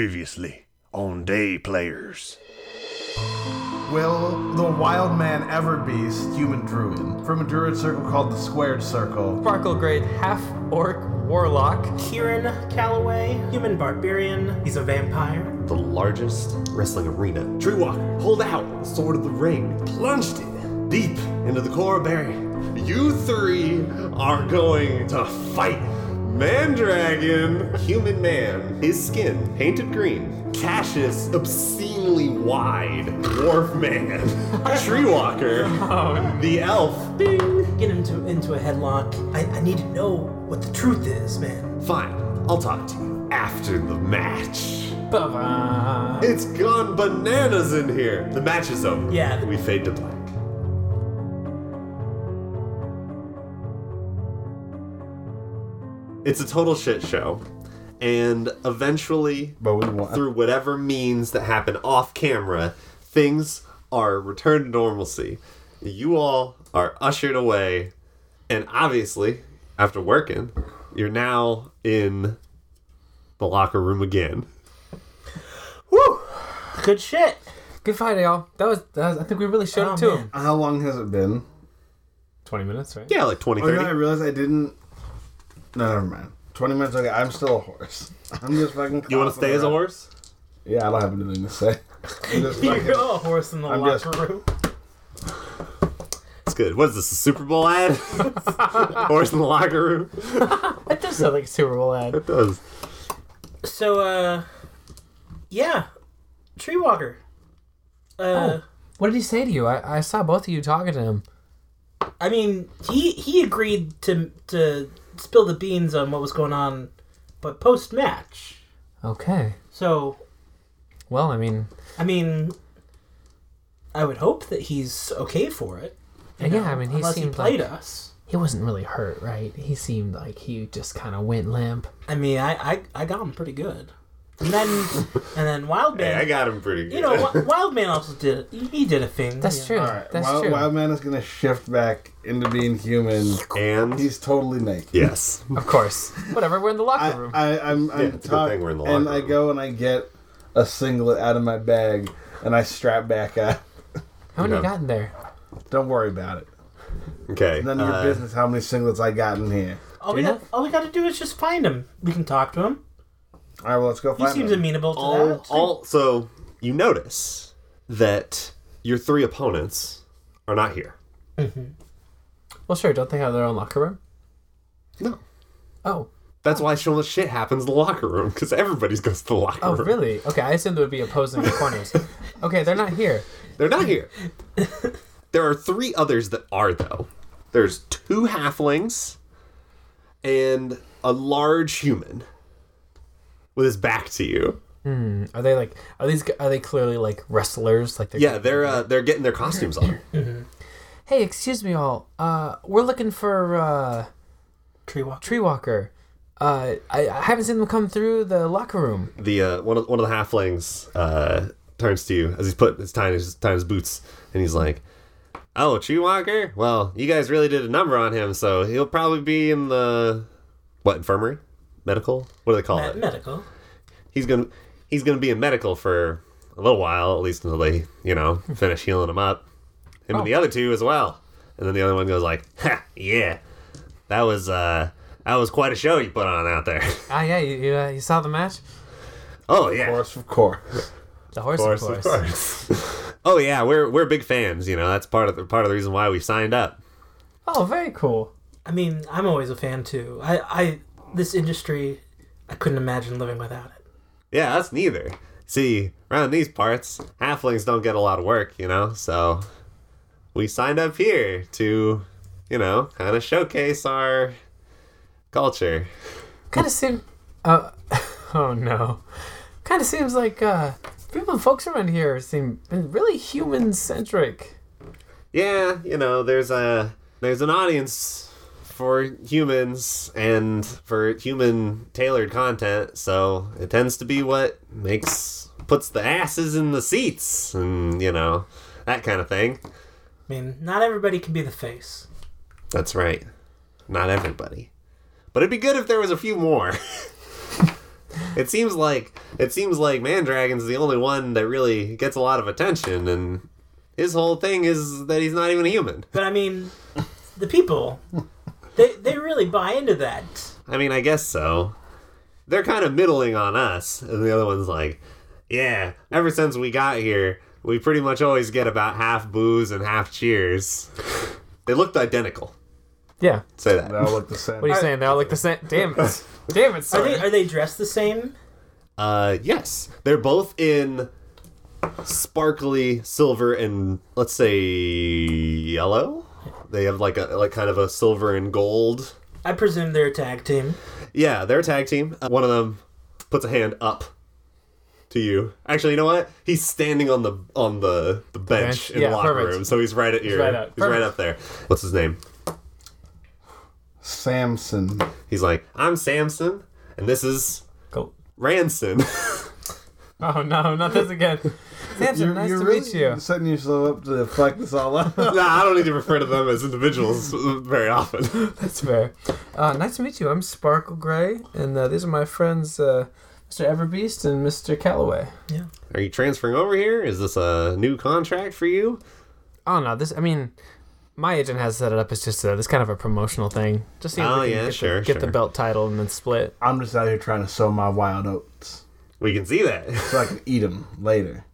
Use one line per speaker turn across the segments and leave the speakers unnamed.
Previously on Day Players.
Will the wild man ever beast human druid from a druid circle called the Squared Circle?
Sparkle Grade half orc warlock.
Kieran Calloway, human barbarian. He's a vampire.
the largest wrestling arena. Tree Walker, hold out, Sword of the Ring, plunged it deep into the core barrier. You three are going to fight Mandragon, human man, his skin painted green, Cassius obscenely wide, dwarf man, Tree Walker, the elf
Get him to, into a headlock. I, I need to know what the truth is, man.
Fine, I'll talk to you after the match.
Ba-ba.
It's gone bananas in here. The match is over.
Yeah.
We fade to black. It's a total shit show. And eventually,
But we won.
through whatever means that happen off camera, things are returned to normalcy. You all are ushered away, and obviously, after working, you're now in the locker room again.
Woo! Good shit.
Good fight, y'all. That was, that was. I think we really showed
Oh,
him to
man.
him.
How long has it been?
Twenty minutes, right?
Yeah, like 20,
Oh, you know, I
30.
realized I didn't. No, never mind. 20 minutes, okay, I'm still a horse. I'm just fucking.
You want to
coughing
stay as a
around.
horse?
Yeah, I don't have anything to say. I'm just
You're
fucking-
a horse in the
I'm
locker
just-
room.
It's good. What is this, a Super Bowl ad? horse in the locker room?
That does sound like a Super Bowl ad.
It does.
So, uh, yeah, Tree Walker. Uh,
What did he say to you? I, I saw both of you talking to him.
I mean, he he agreed to to spill the beans on what was going on, but post match.
Okay.
So,
Well, I mean,
I mean, I would hope that he's okay for it. you
yeah,
know,
I mean, he
unless he
seemed
played
like
us.
he wasn't really hurt, right? He seemed like he just kind of went limp.
I mean, I, I, I got him pretty good. And then and then
Hey,
Wildman,
I got him pretty good.
you know, Wi- Wildman also did he did a thing.
That's
yeah.
true.
Alright,
That's
wild,
true.
wild man is gonna shift back into being human.
and
He's totally naked.
yes.
Of course. Whatever. We're in the
I,
locker room.
I, I'm, I'm
Yeah, it's a good
talk-
thing we're in the
and
locker
I
room.
go and I get a singlet out of my bag and I strap back up.
How many
Yeah.
got in there?
Don't worry about it.
Okay.
None of your
uh,
business how many singlets I got in here.
All
Oh,
we
Yeah.
got, all we got to do is just find him. We can talk to him.
All right, well, let's go
He
find
seems
them.
amenable to
all,
that.
all, so you notice that your three opponents are not here.
Well, sure. Don't they have their own locker room?
No.
Oh.
That's why so much shit happens in the locker room because everybody goes to the locker
Oh,
room.
really? Okay. I assumed there would be opposing corners. Okay, they're not here.
They're not here. there are three others that are though. There's two halflings and a large human with his back to you.
Hmm, Are they like? Are these? g- Are they clearly like wrestlers? Like they're
Yeah, they're uh, they're getting their costumes on.
Hey, excuse me all. Uh, we're looking for uh,
Tree walk.
Tree Walker. Uh, I, I haven't seen them come through the locker room.
the uh, one of one of the halflings uh, turns to you as he's put his tying his, tying his boots, and he's like, "Oh, Tree Walker. Well, you guys really did a number on him, so he'll probably be in the what infirmary, medical. What do they call it?
Med- medical.
he's gonna he's gonna be in medical for a little while, at least until they you know finish healing him up. Him and the other two as well. And then the other one goes like, "Ha, yeah, that was uh." That was quite a show you put on out there.
Ah, yeah, you you, uh, you saw the match.
Oh yeah,
Of course, of course.
The horse, of course.
course, of course. oh yeah, we're we're big fans. You know, that's part of the part of the reason why we signed up.
Oh, very cool.
I mean, I'm always a fan too. I, I this industry, I couldn't imagine living without it.
Yeah, us neither. See, around these parts, halflings don't get a lot of work. You know, so we signed up here to, you know, kind of showcase our culture.
Kind of seem. Uh, oh no. Kind of seems like uh, people, folks around here seem really human centric.
Yeah, you know, there's a there's an audience for humans and for human tailored content, so it tends to be what makes puts the asses in the seats and you know that kind of thing.
I mean, not everybody can be the face.
That's right. Not everybody. But it'd be good if there was a few more. It seems like it seems like Mandragon's the only one that really gets a lot of attention, and his whole thing is that he's not even human.
But I mean, the people, they they really buy into that.
I mean, I guess so. They're kind of middling on us, and the other one's like, "Yeah, ever since we got here, we pretty much always get about half boos and half cheers." They looked identical.
Yeah.
Say that.
They all look the same.
What are you saying? They all look the same. Damn it. Damn it,
Are they
sir.
are they dressed the same?
Uh, yes, they're both in sparkly silver and let's say yellow. They have like a like kind of a silver and gold.
I presume they're a tag team.
Yeah, they're a tag team. Uh, One of them puts a hand up to you. Actually, you know what? He's standing on the on the, the bench
bench?
in
Yeah,
the locker
perfect.
room, so he's right at your. He's
right up.
right
Perfect.
up there. What's his name?
Samson.
He's like, I'm Samson, and this is
Go.
Ranson.
Oh no, not this again. Samson, nice to
really
meet you.
setting yourself up to fuck this all up.
nah, I don't need to refer to them as individuals very often.
That's fair. Uh, nice to meet you. I'm Sparkle Gray, and uh, these are my friends, uh, Mr. Everbeast and Mr. Calloway.
Are you transferring over here? Is this a new contract for you?
Oh no, this. I mean, my agent has set it up as just a, this kind of a promotional thing. Just see if
Oh,
we can
yeah,
get,
sure,
the, get the
sure.
belt title and then split.
I'm just out here trying to sow my wild oats
We can see that.
so I can eat them later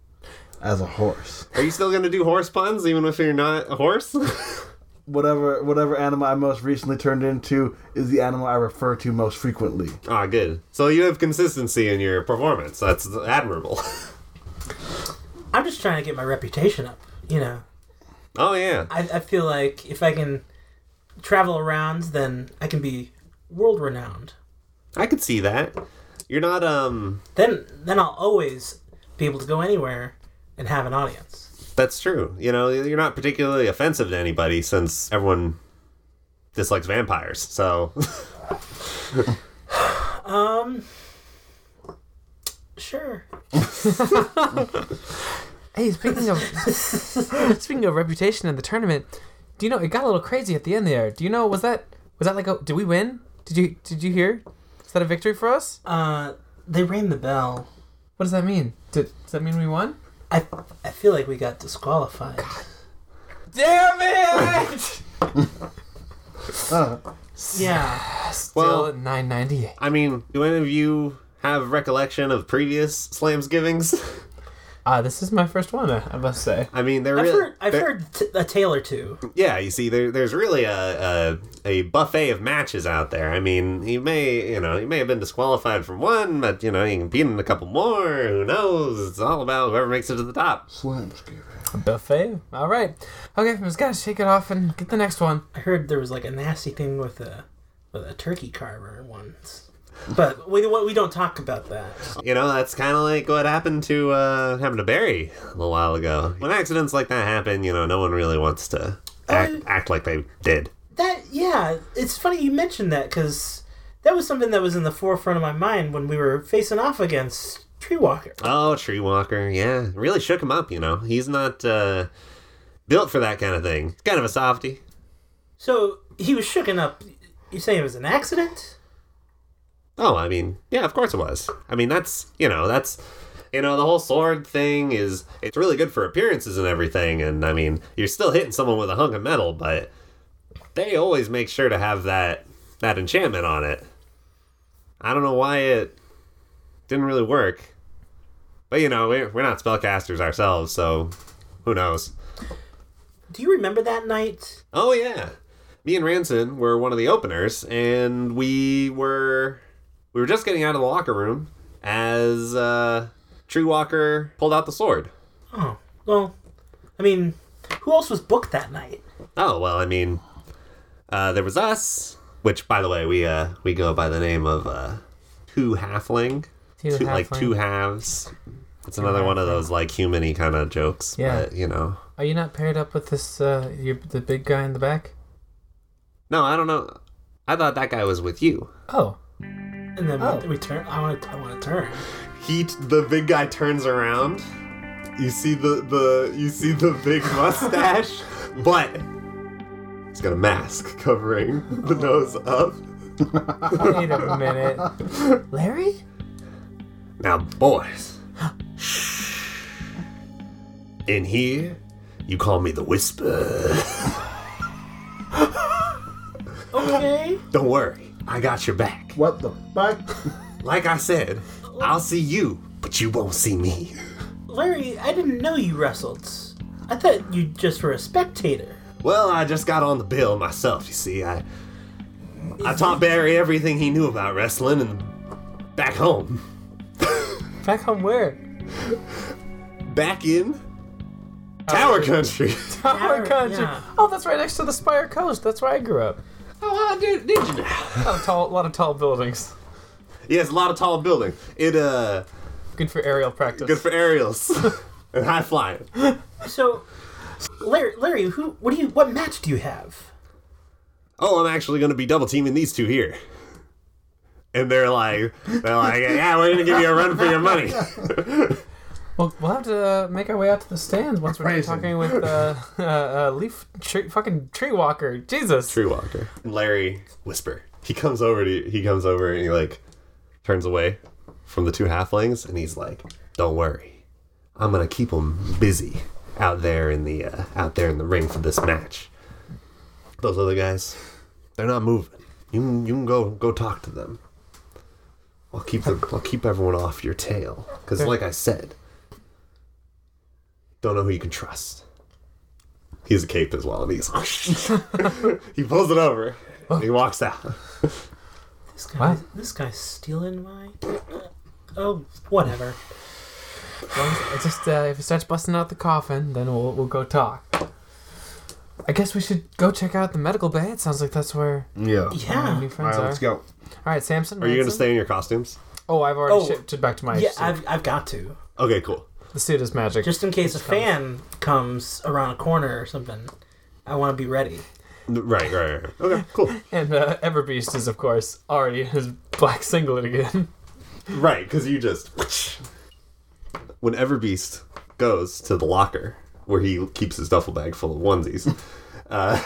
as a horse.
Are you still going to do horse puns even if you're not a horse?
Whatever whatever animal I most recently turned into is the animal I refer to most frequently.
ah, good. So you have consistency in your performance. That's admirable.
I'm just trying to get my reputation up. You know,
oh yeah.
I, I feel like if I can travel around, then I can be world renowned.
I could see that. You're not um
Then then I'll always be able to go anywhere and have an audience.
that's true. You know, you're not particularly offensive to anybody since everyone dislikes vampires. So,
Um, Sure.
Hey, speaking of speaking of reputation in the tournament, do you know it got a little crazy at the end there? Do you know was that was that like a did we win? Did you did you hear? Is that a victory for us?
Uh, they rang the bell.
What does that mean? Did, does that mean we won?
I I feel like we got disqualified.
Damn it!
Uh,
Yeah.
Still
Well-
at 998.
I mean, do any of you have recollection of previous Slamsgivings?
Ah, this is my first one, I I must say.
I mean, they're
I've
really,
heard, I've
they're-
heard t- a tale or two.
Yeah, you see, there, there's really a, a a buffet of matches out there. I mean, you may you know you may have been disqualified from one, but you know you can beat in a couple more. Who knows? It's all about whoever makes it to the top.
A buffet? All right. Okay, I'm just gotta shake it off and get the next one.
I heard there was like a nasty thing with a with a turkey carver once. But we we don't talk about that.
You know, that's kind of like what happened to uh, happened to Barry a little while ago. When accidents like that happen, you know, no one really wants to act, act like they did.
That yeah, it's funny you mentioned that because that was something that was in the forefront of my mind when we were facing off against Tree Walker.
Oh, Tree Walker, yeah, really shook him up. You know, he's not uh, built for that kind of thing. Kind of a softy.
So he was shooken up. You saying it was an accident?
Oh, I mean, yeah, of course it was. I mean, that's, you know, that's, you know, the whole sword thing is, it's really good for appearances and everything. And I mean, you're still hitting someone with a hunk of metal, but they always make sure to have that, that enchantment on it. I don't know why it didn't really work. But, you know, we're, we're not spellcasters ourselves, so who knows?
Do you remember that night?
Oh yeah, me and Ranson were one of the openers, and we were we were just getting out of the locker room as uh, Tree Walker pulled out the sword.
Oh well, I mean, who else was booked that night?
Oh well, I mean, uh, there was us, which by the way we uh, we go by the name of uh, Two Halfling,
Two
two, like
halfling.
two halves. It's another one of those like humany kind of jokes,
Yeah.
but you know.
Are you not paired up with this, uh, your, the big guy in the back?
No, I don't know. I thought that guy was with you.
Oh.
And then
Oh.
we, we turn. I want to. I want to turn.
he the big guy turns around you see the the you see the big mustache but he's got a mask covering the nose up
Wait a minute. Larry?
Now, boys. In here, you call me the Whisper.
Okay.
Don't worry, I got your back.
What the fuck?
Like I said, I'll see you, but you won't see me.
Larry, I didn't know you wrestled. I thought you just were a spectator.
Well, I just got on the bill myself, you see. I I taught Barry everything he knew about wrestling and back home.
Back home where?
Back in Tower Country.
Tower
Tower,
Country.
yeah.
Oh, that's right next to the Spire Coast. That's where I grew up.
oh, I did, did you now?
A lot of tall, lot of tall buildings.
Yeah, it's a lot of tall building. It uh
Good for aerial practice.
good for aerials. and high flying.
So, Larry, Larry, who? What do you? What match do you have?
Oh, I'm actually gonna be double teaming these two here. And they're like they're like, Yeah, we're gonna give you a run for your money.
Well, we'll have to uh, make our way out to the stands once we're done
Amazing.
talking with uh, uh, uh, Leaf tree, fucking Tree Walker. Jesus.
Tree Walker. Larry Whisper. He comes over to he comes over and he like turns away from the two halflings and he's like, "Don't worry, I'm gonna keep them busy out there in the uh, out there in the ring for this match. Those other guys, they're not moving. You can, you can go go talk to them. I'll keep them, I'll keep everyone off your tail because like I said, don't know who you can trust. He has a cape as well, and he's he pulls it over. And he walks out.
This guy.
What?
This guy's stealing my. Oh, whatever.
It's just uh, if he starts busting out the coffin, then we'll we'll go talk. I guess we should go check out the medical bay. It sounds like that's where
Yeah.
our
Yeah.
new friends are.
go.
All right, Samson.
Are you gonna
Ransom?
stay in your costumes?
Oh, I've already
Oh.
shifted back to my
Yeah,
suit.
I've, I've got to.
Okay, cool.
the suit is magic.
Just in case a fan comes around a corner or something, I want to be ready.
N- Right, right, right. right. Okay, cool.
and uh, Everbeast is, of course, already in his black singlet again.
right, because you just when Everbeast goes to the locker where he keeps his duffel bag full of onesies, uh,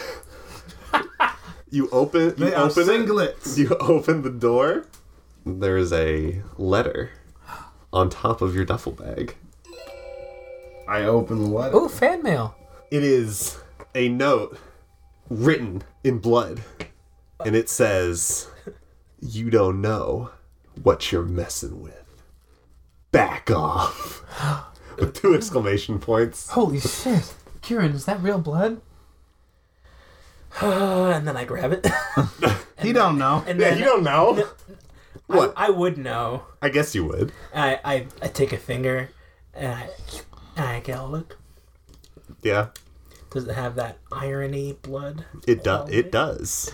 you open you
They are
open it,
singlets.
you open the door. There is a letter on top of your duffel bag.
I open the letter.
Ooh, fan mail.
It is a note written in blood, and it says, "You don't know what you're messing with. Back off!" With two exclamation points.
Holy shit, Kieran, is that real blood?
and then I grab it.
He don't know.
And
Yeah,
then
you don't know. What?
I would know.
I guess you would.
I, I, I take a finger and I, and I go, look,
Yeah,
does it have that irony blood?
it does. It does.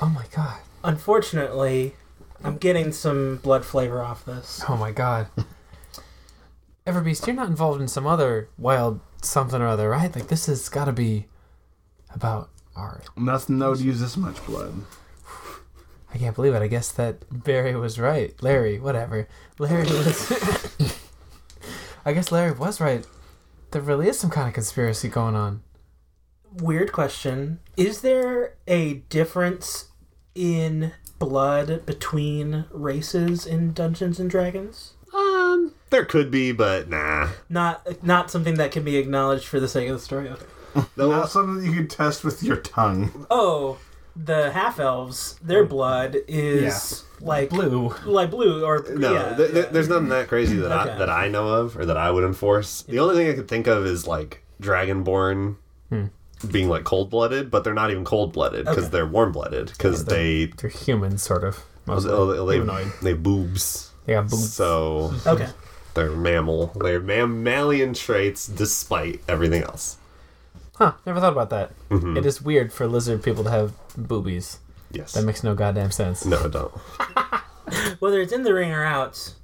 Oh my god.
Unfortunately, I'm getting some blood flavor off this.
Oh my god. Everbeast, you're not involved in some other wild something or other, right? Like this has got to be about art.
Nothing that would use this much blood.
I can't believe it. I guess that Barry was right. Larry, whatever. Larry was. I guess Larry was right. There really is some kind of conspiracy going on.
Weird question. Is there a difference in blood between races in Dungeons and Dragons?
Um, there could be, but nah.
Not not something that can be acknowledged for the sake of the story. Okay.
Not something you could test with your tongue.
Oh, the half elves, their blood is like
Blue.
like blue or
No,
yeah,
th- th-
yeah.
there's nothing that crazy that I
Okay.
that I know of or that I would enforce. The only thing I could think of is like Dragonborn
Hmm.
being like cold blooded, but they're not even cold blooded because
Okay.
they're warm blooded because they
They're human, sort of.
oh,
Mostly.
they they,
Humanoid.
they boobs,
They got boobs.
so
Okay.
they're mammal. They're mammalian traits despite everything else.
Huh, never thought about that.
Mm-hmm.
It is weird for lizard people to have boobies.
Yes.
That makes no goddamn sense.
no, don't.
Whether it's in the ring or out,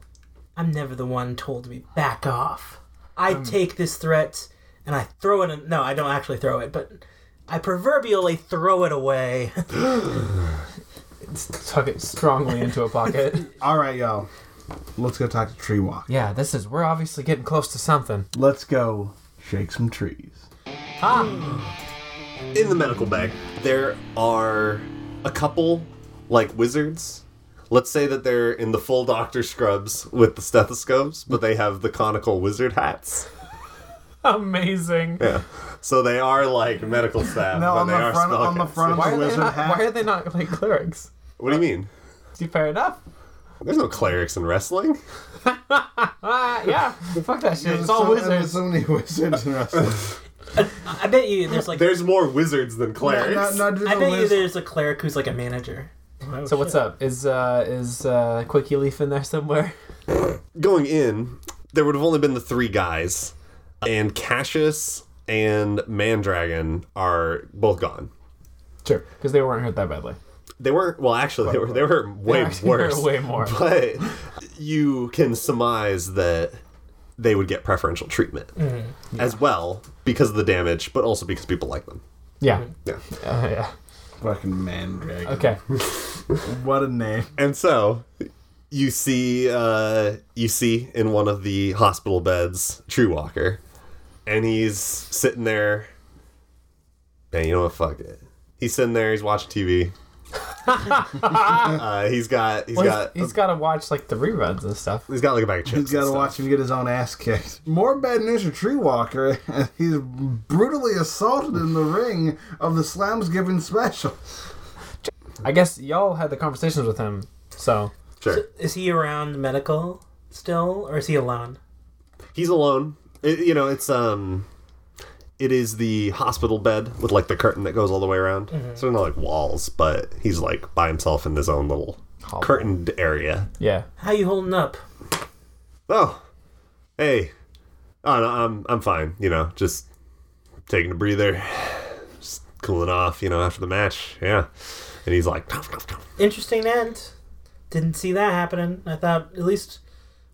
I'm never the one told to be back off. I take this threat and I throw it. In, no, I don't actually throw it, but I proverbially throw it away.
Tuck it strongly into a pocket.
All right, y'all. Let's go talk to Tree Walk.
yeah, this is. We're obviously getting close to something.
Let's go shake some trees.
Ah!
in the medical bag there are a couple like wizards Let's say that they're in the full doctor scrubs with the stethoscopes, but they have the conical wizard hats.
Amazing.
Yeah. So they are like medical staff,
No,
but
on
they
the
are
front- on the
spellcasters.
front-
Why are, they
Wizard
not,
hat.
why are they not like clerics?
What do you mean?
See, Fair enough.
There's no clerics in wrestling.
Ah, yeah. Fuck that shit. It's
There's
all
so- There's
wizards.
so many wizards in wrestling.
I bet you there's like
There's more wizards than clerics.
not, not just
I
a
bet you
wizard.
there's a cleric who's like a manager.
So what's up? Is uh is uh Quickie Leaf in there somewhere?
going in, there would have only been the three guys, and Cassius and Mandragon are both gone.
Sure, because they weren't hurt that badly.
They weren't. Well, actually, they were. They were way
actually
worse.
hurt way more.
But you can surmise that they would get preferential treatment
Mm,
as well because of the damage, but also because people like them.
Yeah.
Yeah.
Uh, yeah.
Fucking man dragon.
Okay.
What a name.
And so you see uh you see in one of the hospital beds True Walker. And he's sitting there. Man, you know what? Fuck it. He's sitting there, he's watching TV. uh, he's got he's
Well,
got
he's, he's got to watch like the reruns and stuff.
he's got like a bag of chips.
He's got to watch him get his own ass kicked. More bad news for Tree Walker. He's brutally assaulted in the ring of the Slamsgiving special.
I guess y'all had the conversations with him, so
Sure.
Is he around medical still, or is he alone?
He's alone. It, you know, it's um it is the hospital bed with like the curtain that goes all the way around.
Mm-hmm.
So they're not like walls, but he's like by himself in his own little
Hallway.
curtained area.
yeah.
How you holding up?
oh, hey, oh, no, I'm I'm fine. You know, just taking a breather, just cooling off. You know, after the match, yeah. And he's like, "Tuff, tuff, tuff."
Interesting end. Didn't see that happening. I thought at least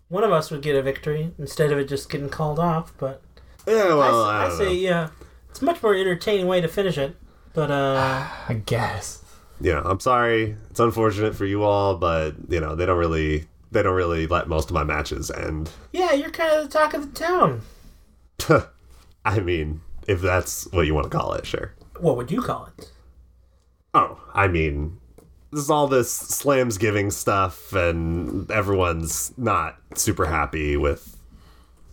one of us would get a victory instead of it just getting called off. But
yeah,
I s-
well,
I,
I, don't
say,
know.
yeah, it's a much more entertaining way to finish it. But uh,
I guess.
You know, I'm sorry. It's unfortunate for you all, but you know, they don't really they don't really let most of my matches end.
yeah, you're kind of the talk of the town.
I mean, if that's what you want to call it, sure.
What would you call it?
Oh, I mean, there's all this slams giving stuff, and everyone's not super happy with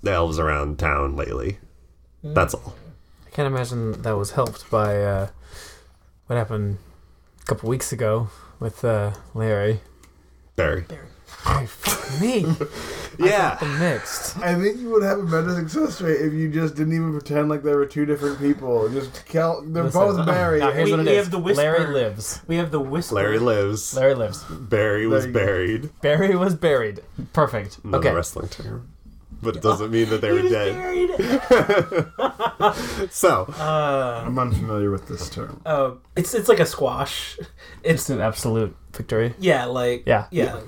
the elves around town lately. That's all.
I can't imagine that was helped by uh, what happened a couple weeks ago with uh, Larry.
Barry.
Hey, fuck me.
Yeah.
I'm mixed.
I think you would have a better success rate if you just didn't even pretend like they were two different people. Just tell they're
Listen, uh,
both Barry.
Now here's
We-
what it
we
is.
have the whisper.
Larry lives.
We have the whistle.
Larry lives.
Larry lives.
Barry was
There you go.
buried.
Barry was buried. Perfect.
Another
Okay.
wrestling term. But it doesn't mean that they
He
were
was
dead.
buried.
So,
Uh,
I'm unfamiliar with this term.
oh, it's it's like a squash. It's
It's an absolute victory.
yeah, like
Yeah.
yeah.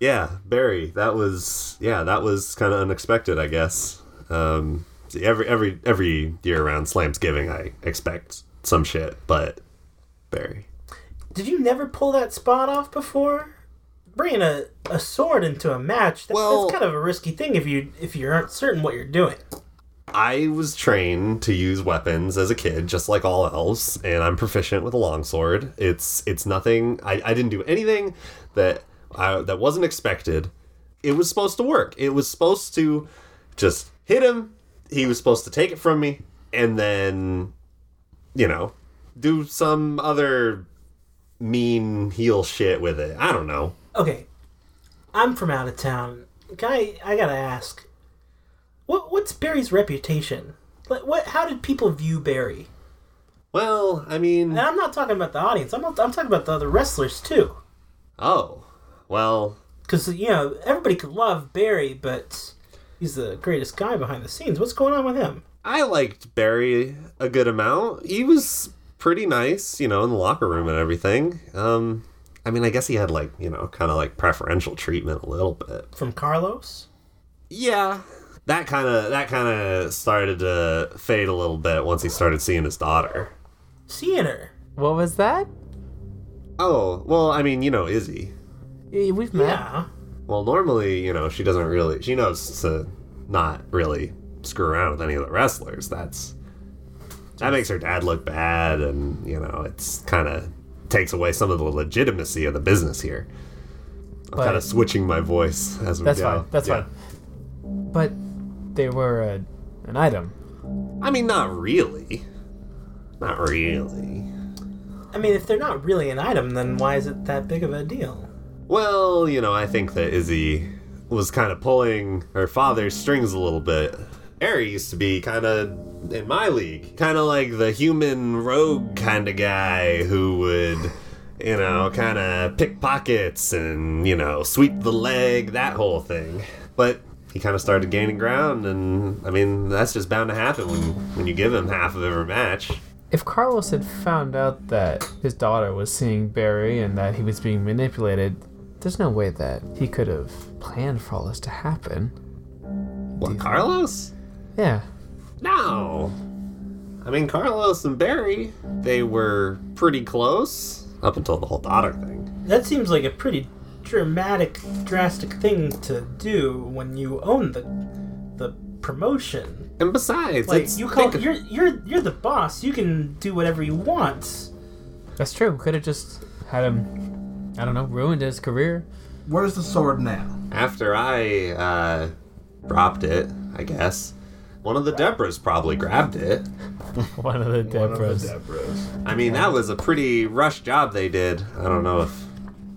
yeah, Barry. That was yeah, that was kind of unexpected, I guess. Um, see, every every every year around Slamsgiving, I expect some shit, but Barry.
Did you never pull that spot off before? Bringing a, a sword into a match that,
Well-
that's kind of a risky thing if you if you aren't certain what you're doing.
I was trained to use weapons as a kid, just like all elves, and I'm proficient with a longsword. It's it's nothing. I, I didn't do anything that I, that wasn't expected. It was supposed to work. It was supposed to just hit him. He was supposed to take it from me, and then, you know, do some other mean heel shit with it. I don't know.
Okay, I'm from out of town. Can I I gotta ask, what what's Barry's reputation? Like what? How did people view Barry?
Well, I mean,
And I'm not talking about the audience. I'm not, I'm talking about the other wrestlers too.
oh, well,
Because you know everybody could love Barry, but he's the greatest guy behind the scenes. What's going on with him?
I liked Barry a good amount. He was pretty nice, you know, in the locker room and everything. Um, I mean, I guess he had like, you know, kind of like preferential treatment a little bit.
From Carlos?
Yeah, that kind of that kind of started to fade a little bit once he started seeing his daughter.
Seeing her.
What was that?
Oh, well, I mean, you know, Izzy.
Eh, We've met.
Yeah.
Well, normally, you know, she doesn't really. She knows to not really screw around with any of the wrestlers. That's that makes her dad look bad, and you know, it's kind of takes away some of the legitimacy of the business here.
But
Kind of switching my voice as we
that's
go.
fine. That's
Yeah.
fine. But they were uh, an item.
I mean, not really. Not really.
I mean, if they're not really an item, then why is it that big of a deal?
Well, you know, I think that Izzy was kind of pulling her father's strings a little bit. Aerie used to be kind of in my league, kind of like the human rogue kind of guy who would, you know, kind of pick pockets and, you know, sweep the leg, that whole thing. But he kind of started gaining ground, and I mean, that's just bound to happen when, when you give him half of every match.
If Carlos had found out that his daughter was seeing Barry and that he was being manipulated, there's no way that he could have planned for all this to happen.
What, Carlos?
Yeah.
No. I mean, Carlos and Barry, they were pretty close up until the whole daughter thing.
That seems like a pretty dramatic, drastic thing to do when you own the the promotion.
And besides,
Like
it's,
you call
think of-
you're you're you're the boss. You can do whatever you want.
That's true. Could have just had him, I don't know, ruined his career.
Where's the sword now?
after I uh, dropped it, I guess. One of the Debras probably grabbed it.
One of the dead bros.
I mean, that was a pretty rush job they did. I don't know if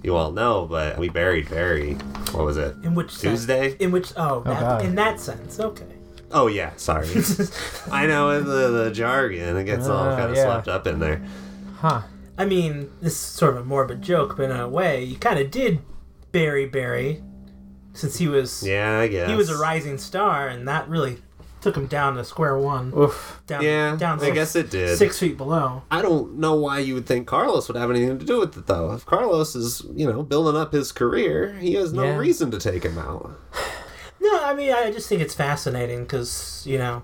you all know, but we buried Barry. What was it?
In which sense-
Tuesday?
In which oh, that-
God.
in that sense, okay.
Oh yeah, sorry. I know the, the jargon. It gets all
Uh,
Oh,
kind of
yeah.
swept up in there.
Huh.
I mean, this is sort of a morbid joke, but in a way, you kind of did bury Barry, since he was
Yeah, I guess
he was a rising star, and that really took him down to square one.
Oof.
Down,
Yeah,
down
I
six-
guess it did.
six feet below.
I don't know why you would think Carlos would have anything to do with it, though. If Carlos is, you know, building up his career, he has no
Yeah.
reason to take him out.
No, I mean, I just think it's fascinating because you know,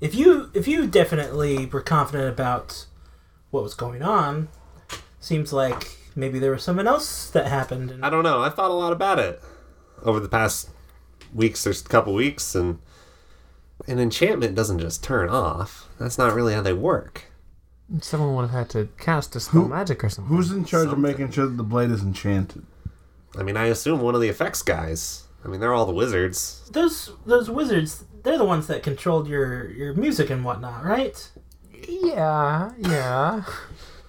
if you if you definitely were confident about what was going on, seems like maybe there was something else that happened. And
I don't know. I thought a lot about it over the past weeks or s- couple weeks, and an enchantment doesn't just turn off. That's not really how they work.
Someone would have had to cast a spell magic or something.
Who's in charge of making sure that the blade is enchanted?
I mean, I assume one of the effects guys. I mean, they're all the wizards.
those those wizards, they're the ones that controlled your your music and whatnot, right?
Yeah, yeah.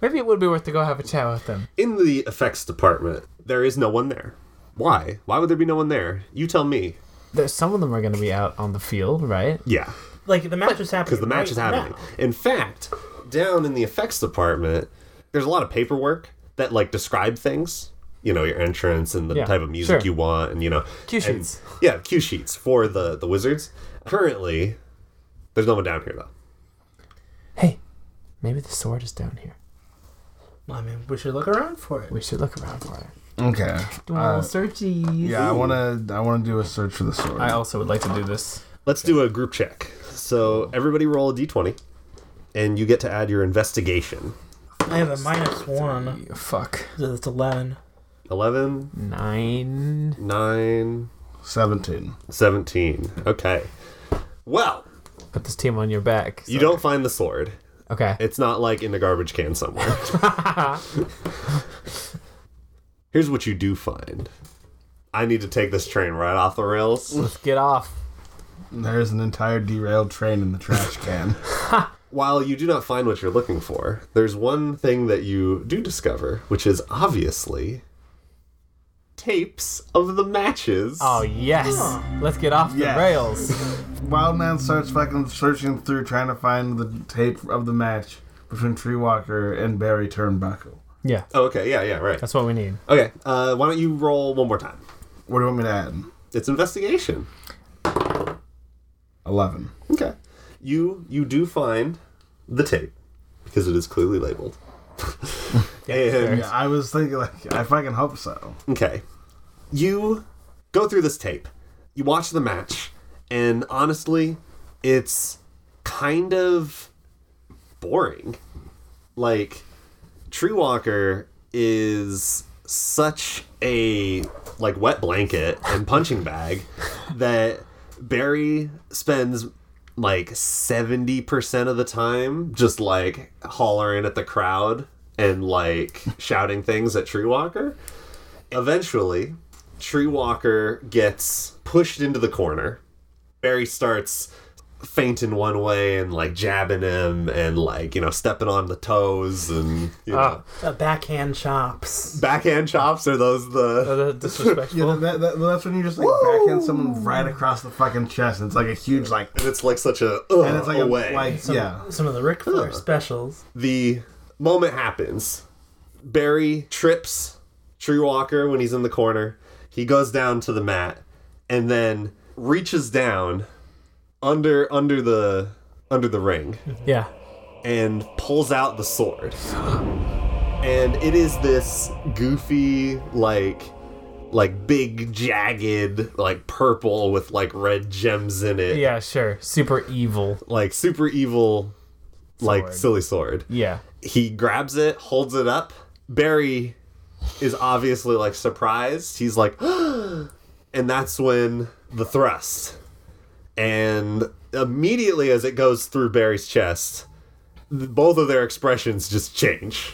Maybe it would be worth to go have a chat with them.
In the effects department, there is no one there. Why? Why would there be no one there? You tell me.
There's, some of them are going to be out on the field, right?
Yeah.
Like the match is happening.
because the match
right
is happening.
now.
In fact, down in the effects department, there's a lot of paperwork that like describe things. You know, your entrance and the
Yeah,
type of music
sure.
you want, and you know,
Cue
and-
sheets.
Yeah, cue sheets for the the wizards. Currently, there's no one down here though.
Hey, maybe the sword is down here.
I mean, we should look around for it.
We should look around for it. Uh,
Okay.
Do all searchies.
Yeah, I wanna I wanna do a search for the sword.
I also would like to do this.
Let's do a group check. So everybody roll a d20, and you get to add your investigation.
I have a minus one.
Fuck.
So that's eleven.
11,
Nine.
9,
Seventeen.
17. Okay. Well,
Put this team on your back.
you don't find the sword.
Okay.
It's not like in the garbage can somewhere. Here's what you do find. I need to take this train right off the rails.
Let's get off.
There's an entire derailed train in the trash can.
While you do not find what you're looking for, there's one thing that you do discover, which is obviously tapes of the matches.
Oh yes. Let's get off
Yes.
the rails.
Wildman starts fucking searching through trying to find the tape of the match between Tree Walker and Barry Turnbuckle.
yeah.
Oh, okay, yeah, yeah, right.
That's what we need.
Okay, uh, why don't you roll one more time?
What do you want me to add?
It's investigation.
Eleven.
Okay. You you do find the tape because it is clearly labeled. And-
Yeah, I was thinking like I fucking hope so.
Okay. You go through this tape, you watch the match, and honestly, it's kind of boring. Like, Tree Walker is such a like wet blanket and punching bag that Barry spends like 70% of the time just like hollering at the crowd and like shouting things at Tree Walker eventually Tree Walker gets pushed into the corner. Barry starts fainting one way and like jabbing him and like you know stepping on the toes and you know
Ah.
Uh, backhand chops.
backhand chops are those the
Uh, disrespectful.
Yeah, that, that, well, that's when you just like backhand someone right across the fucking chest, and it's like a huge like,
and it's like such a ugh,
and it's like
away.
a like
Some,
yeah,
Some of the Ric Flair specials.
the moment happens. Barry trips Tree Walker when he's in the corner. He goes down to the mat and then reaches down under under the under the ring
yeah.
and pulls out the sword. And it is this goofy like like big jagged like purple with like red gems in it.
Yeah, sure. Super evil.
Like super evil like
Sword.
silly sword
Yeah.
he grabs it, holds it up. Barry is obviously like surprised. He's like, and that's when the thrust. And immediately as it goes through Barry's chest, th- both of their expressions just change.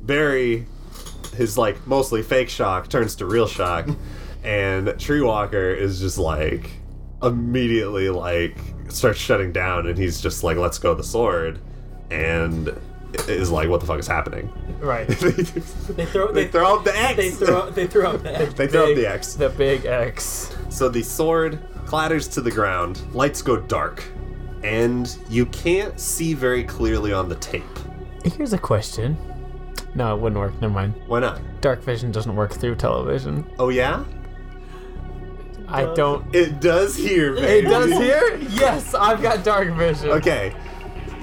Barry, his like mostly fake shock, turns to real shock. and Tree Walker is just like immediately like starts shutting down and he's just like, let's go the sword. And is like, what the fuck is happening?
Right.
They throw.
they throw up the
They
X.
throw. They throw up the.
They throw up
Big-
the X.
The big X.
So the sword clatters to the ground, lights go dark, and you can't see very clearly on the tape.
Here's a question. No, it wouldn't work. Never mind.
Why not?
Dark vision doesn't work through television.
Oh yeah?
I don't.
It does here,
It
baby.
does here? Yes, I've got dark vision.
Okay.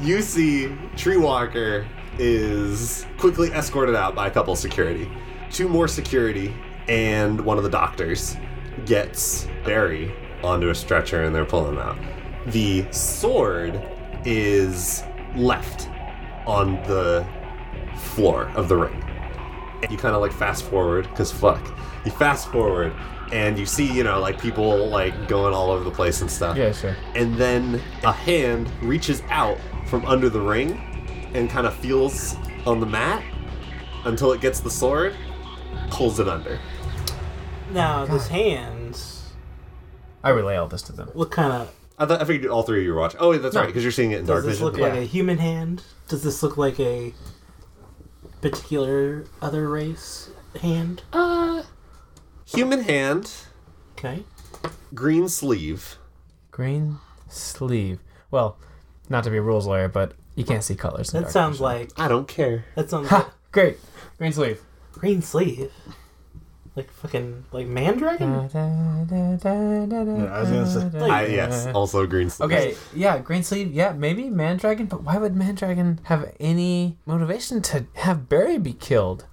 You see Tree Walker is quickly escorted out by a couple of security. Two more security and one of the doctors gets Barry onto a stretcher and they're pulling him out. The sword is left on the floor of the ring. And you kind of like fast forward because fuck. You fast forward and you see, you know, like people like going all over the place and stuff
Yeah, sure.
and then a hand reaches out from under the ring and kind of feels on the mat until it gets the sword, pulls it under.
Now this hands.
I relay all this to them.
What kind of?
I thought I figured all three of you were watching. Oh, that's
No.
right, because you're seeing it in
Does
dark
this
vision.
look like a human hand? Does this look like a particular other race hand?
Human hand,
Okay.
green sleeve.
Green sleeve. Well, not to be a rules lawyer, but you can't see colors. In
That
dark
sounds
vision.
like
I don't care.
that sounds like
Ha! Great. Green sleeve.
green sleeve. Like fucking like mandragon?
Yeah, I was gonna say-
Like,
I, yes, also green sleeve.
Okay, yeah, green sleeve, yeah, maybe Mandragon, but why would Mandragon have any motivation to have Barry be killed?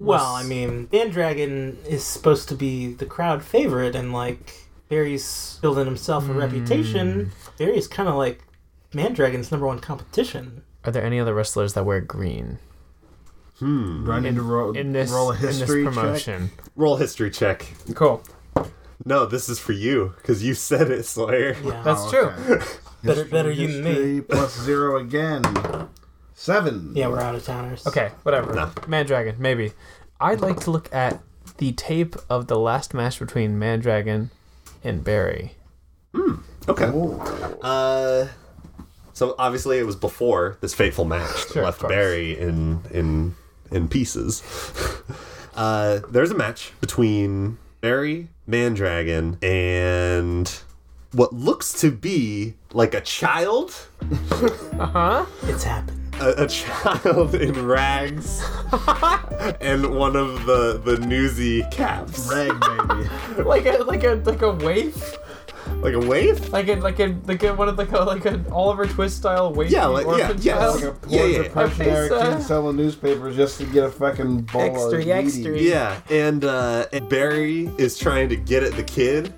well, I mean, mandragon is supposed to be the crowd favorite, and like Barry's building himself a reputation. Barry's kind of like mandragon's number one competition.
Are there any other wrestlers that wear green
do I need to roll,
Uh, in this,
roll a
in this
history check?
promotion?
Roll history check.
Cool.
No, this is for you, because you said it, Sawyer.
Yeah,
That's
Oh,
true.
okay.
better better you than me.
History plus zero again. Seven.
Yeah, we're out of towners.
Okay, whatever.
No.
Mandragon, maybe. I'd like to look at the tape of the last match between Mandragon and Barry.
Okay.
Ooh.
Uh, so obviously it was before this fateful match that
Sure, of
left
course.
Barry in in in pieces. uh, there's a match between Barry, Mandragon, and what looks to be like a child,
It's happened.
a, a child in rags, and one of the the newsy caps,
Rag baby.
Like a like a like a waif?
like a wave.
Like a like a like a one of like a like an Oliver Twist style waif.
Yeah, like- yeah,
orphan
yeah.
child?
Like a poor
Yeah, yeah, yeah.
depression
Okay,
addict
so-
can sell a newspaper just to get a fucking bowl
Extra,
of
extra.
meaty.
Yeah, and, uh, and Barry is trying to get at the kid,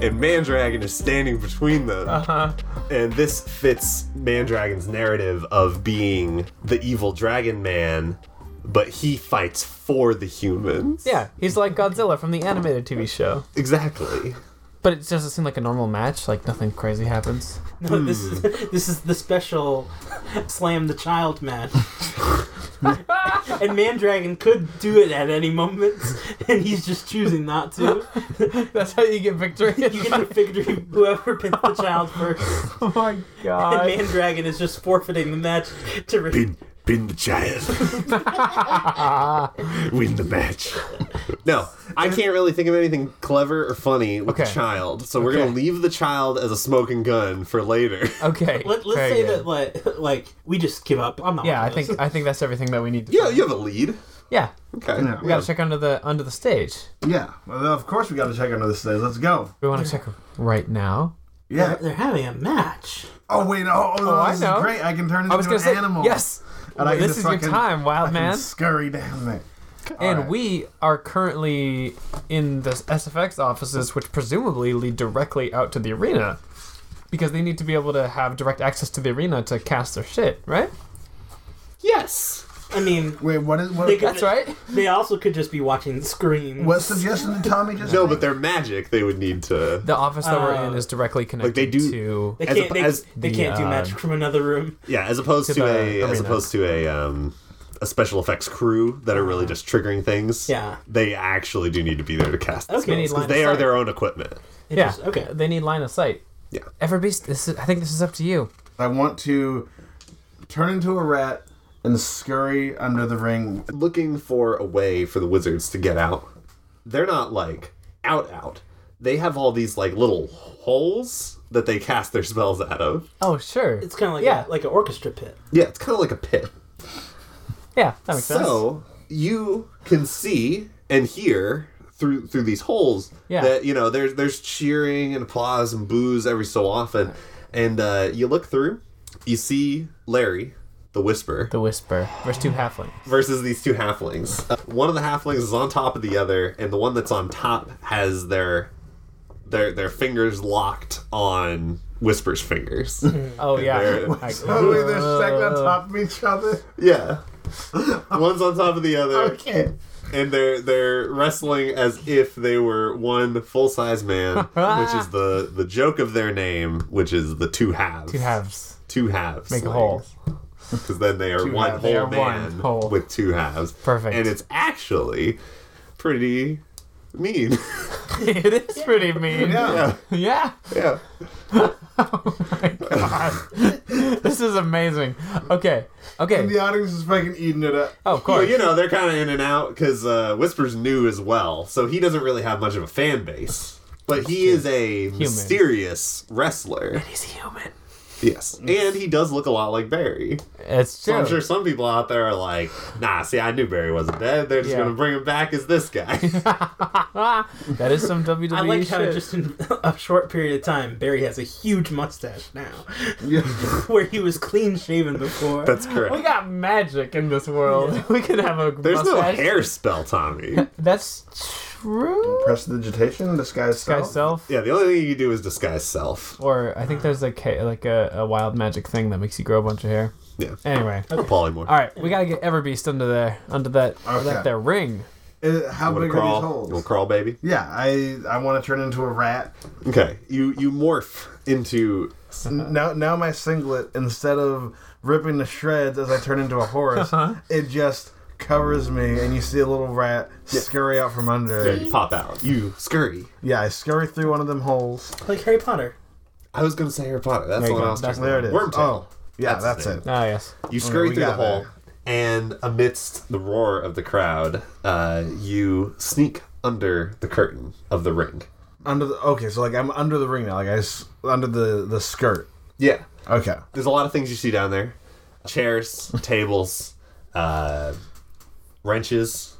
and Mandragon is standing between them.
Uh-huh.
And this fits Mandragon's narrative of being the evil dragon man, but he fights for the humans.
Yeah, he's like Godzilla from the animated TV show.
Exactly.
But it doesn't seem like a normal match, like nothing crazy happens. Hmm.
No, this is this is the special slam the child match. and Mandragon could do it at any moment, and he's just choosing not to.
That's how you get victory.
You get a victory whoever pins the child first,
oh my
and
god.
Mandragon is just forfeiting the match to re-
Pin, pin the child. Win the match.
No, I can't really think of anything clever or funny with
Okay.
the child, so we're
Okay. Uh,
gonna leave the child as a smoking gun for later.
Okay.
Let, let's
very
say
good.
that like, like we just give up. I'm not.
Yeah, I
watching
think
this.
I think that's everything that we need. To
yeah, you have a lead.
Yeah,
Okay.
Yeah.
we gotta check under the under the stage.
Yeah, well, of course we got to check under this thing. Let's go.
We want to check right now.
Yeah.
they're having a match.
Oh wait. Oh, oh,
I
this
know.
is great. I can turn this
I was
into
gonna
an
say
animal.
yes.
And I can
this
just
is your
fucking-
time,
I
wild
can
man.
Scurry down there.
And
Alright.
we are currently in the SFX offices, which presumably lead directly out to the arena, because they need to be able to have direct access to the arena to cast their shit, right?
Yes.
I mean,
Wait, what is what?
They could-
That's right.
they also could just be watching screens.
what suggestion did Tommy just?
No,
make?
but they're magic. They would need to.
The office that we're
Uh,
in is directly connected
they do-
to.
They
as a-
can't. they,
as
they
the,
can't do
uh,
magic from another room.
Yeah, as opposed
To
to,
the
a as
arena.
opposed to a um a special effects crew that are
Uh-huh.
really just triggering things.
Yeah.
They actually do need to be there to cast the
Okay.
spells, 'cause
Line of
they are
sight.
their own equipment.
It
Yeah.
just- okay.
They need line of sight.
Yeah.
Everbeast, this is, I think this is up to you.
I want to turn into a rat and scurry under the ring.
Looking for a way for the wizards to get out. They're not like out out. They have all these like little holes that they cast their spells out of.
Oh, sure.
It's kind of like
Yeah.
a, like an orchestra pit.
Yeah, it's kind of like a pit.
yeah, that makes sense.
So you can see and hear through through these holes
Yeah.
that you know there's there's cheering and applause and boos every so often, and uh, you look through, you see Larry. The Whisper
The Whisper. Verse 2 Halfling.
versus these two halflings. Uh, one of the halflings is on top of the other, and the one that's on top has their their their fingers locked on Whisper's fingers.
Oh, yeah.
There-
I-
Oh, wait, they're stacked on top of each other.
yeah, one's on top of the other.
Okay.
and they're they're wrestling as if they were one full size man, which is the the joke of their name, which is the two halves.
Two halves.
Two halves.
Make a hole.
Because then they are one
halves.
whole
They
are one
man
whole.
with two halves.
Perfect.
And it's actually pretty mean.
it is pretty mean.
Yeah.
Yeah.
yeah.
This is amazing. Okay. Okay.
The audience is fucking eating it up.
Oh, of
Well,
course.
you know they're kind of in and out because uh, Whisper's new as well, so he doesn't really have much of a fan base. But he is a mysterious wrestler.
He's human.
Yes. And he does look a lot like Barry.
It's true.
So I'm sure some people out there are like, nah, see, I knew Barry wasn't dead. They're just
Yeah.
going to bring him back as this guy.
Ah, that is some WWE
I like how
shit.
just in a short period of time, Barry has a huge mustache now,
Yeah.
where he was clean shaven before.
That's
we
correct.
got magic in this world. We could have a
There's
mustache.
no hair spell, Tommy.
That's true.
Press the digitation, disguise
Disguise
self.
self,
yeah, the only thing you can do is disguise self.
or I think there's like ha- like a, a wild magic thing that makes you grow a bunch of hair.
Yeah.
Anyway,
A polymorph.
all right, we gotta get Everbeast under there, under that,
Okay.
that there ring.
Uh, how
You want to
big are these
crawl?
holes?
You want to crawl, baby?
Yeah, I I want to turn into a rat.
Okay. You you morph into.
N- Now now my singlet instead of ripping to shreds as I turn into a horse,
Uh-huh.
it just covers me, and you see a little rat scurry out from under.
Yeah,
it.
you pop out. You scurry.
Yeah, I scurry through one of them holes.
like Harry Potter.
I was going to say Harry Potter. That's the
There you
one
go.
I was
That's-
talking
There it is.
Wormtail.
Oh, yeah,
That's
that's,
the
it.
Ah, yes.
You scurry
we
through the
got
hole,
there.
and amidst the roar of the crowd, uh, you sneak under the curtain of the ring.
Under the okay, so like I'm under the ring now, like I s- under the the skirt.
Yeah.
Okay.
There's a lot of things you see down there chairs, tables, uh, wrenches,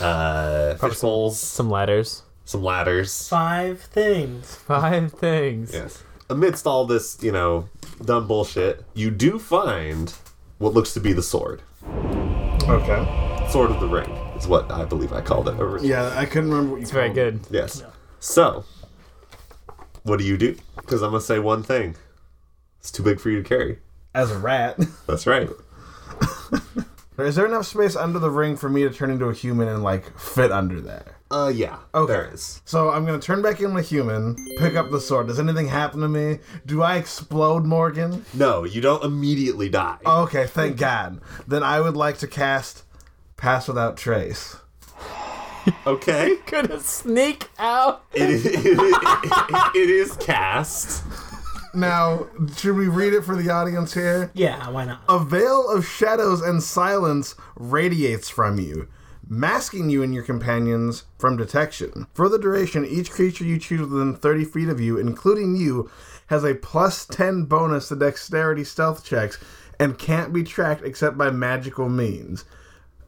uh, fish bowls,
Some ladders.
some ladders.
Five things.
Five things.
Yes. Amidst all this, you know, dumb bullshit, you do find what looks to be the sword.
Okay.
Sword of the Ring is what I believe I called it originally.
Yeah, I couldn't remember what you
It's very good.
Yes. So, what do you do? Because I'm going to say one thing it's too big for you to carry.
As a rat.
That's right.
Is there enough space under the ring for me to turn into a human and like fit under there?
Uh, yeah.
Okay.
There is.
So I'm gonna turn back into a human, pick up the sword. Does anything happen to me? Do I explode, Morgan?
No, you don't immediately die.
Okay, thank God. Then I would like to cast Pass Without Trace.
Okay.
Gonna sneak out.
It is, it, is- it is cast.
Now, should we read it for the audience here?
Yeah, why not?
Oh.
A veil of shadows and silence radiates from you, masking you and your companions from detection. For the duration, each creature you choose within 30 feet of you, including you, has a plus 10 bonus to dexterity stealth checks and can't be tracked except by magical means.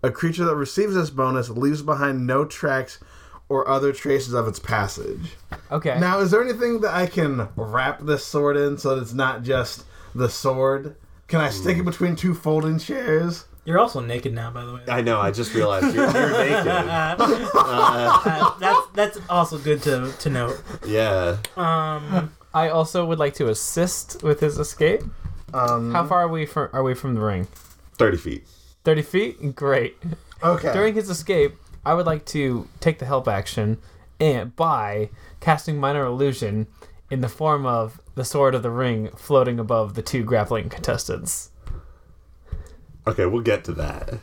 A creature that receives this bonus leaves behind no tracks or other traces of its passage.
Okay.
Now, is there anything that I can wrap this sword in so that it's not just the sword? Can I stick it between two folding chairs?
You're also naked now, by the way.
I know, I just realized you're, you're naked.
Uh, that's that's also good to to note.
Yeah.
Um,
I also would like to assist with his escape.
Um,
How far are we from are we from the ring?
30 feet.
Thirty feet. Great.
okay.
During his escape, I would like to take the help action and by casting minor illusion in the form of the sword of the ring floating above the two grappling contestants.
Okay, we'll get to that.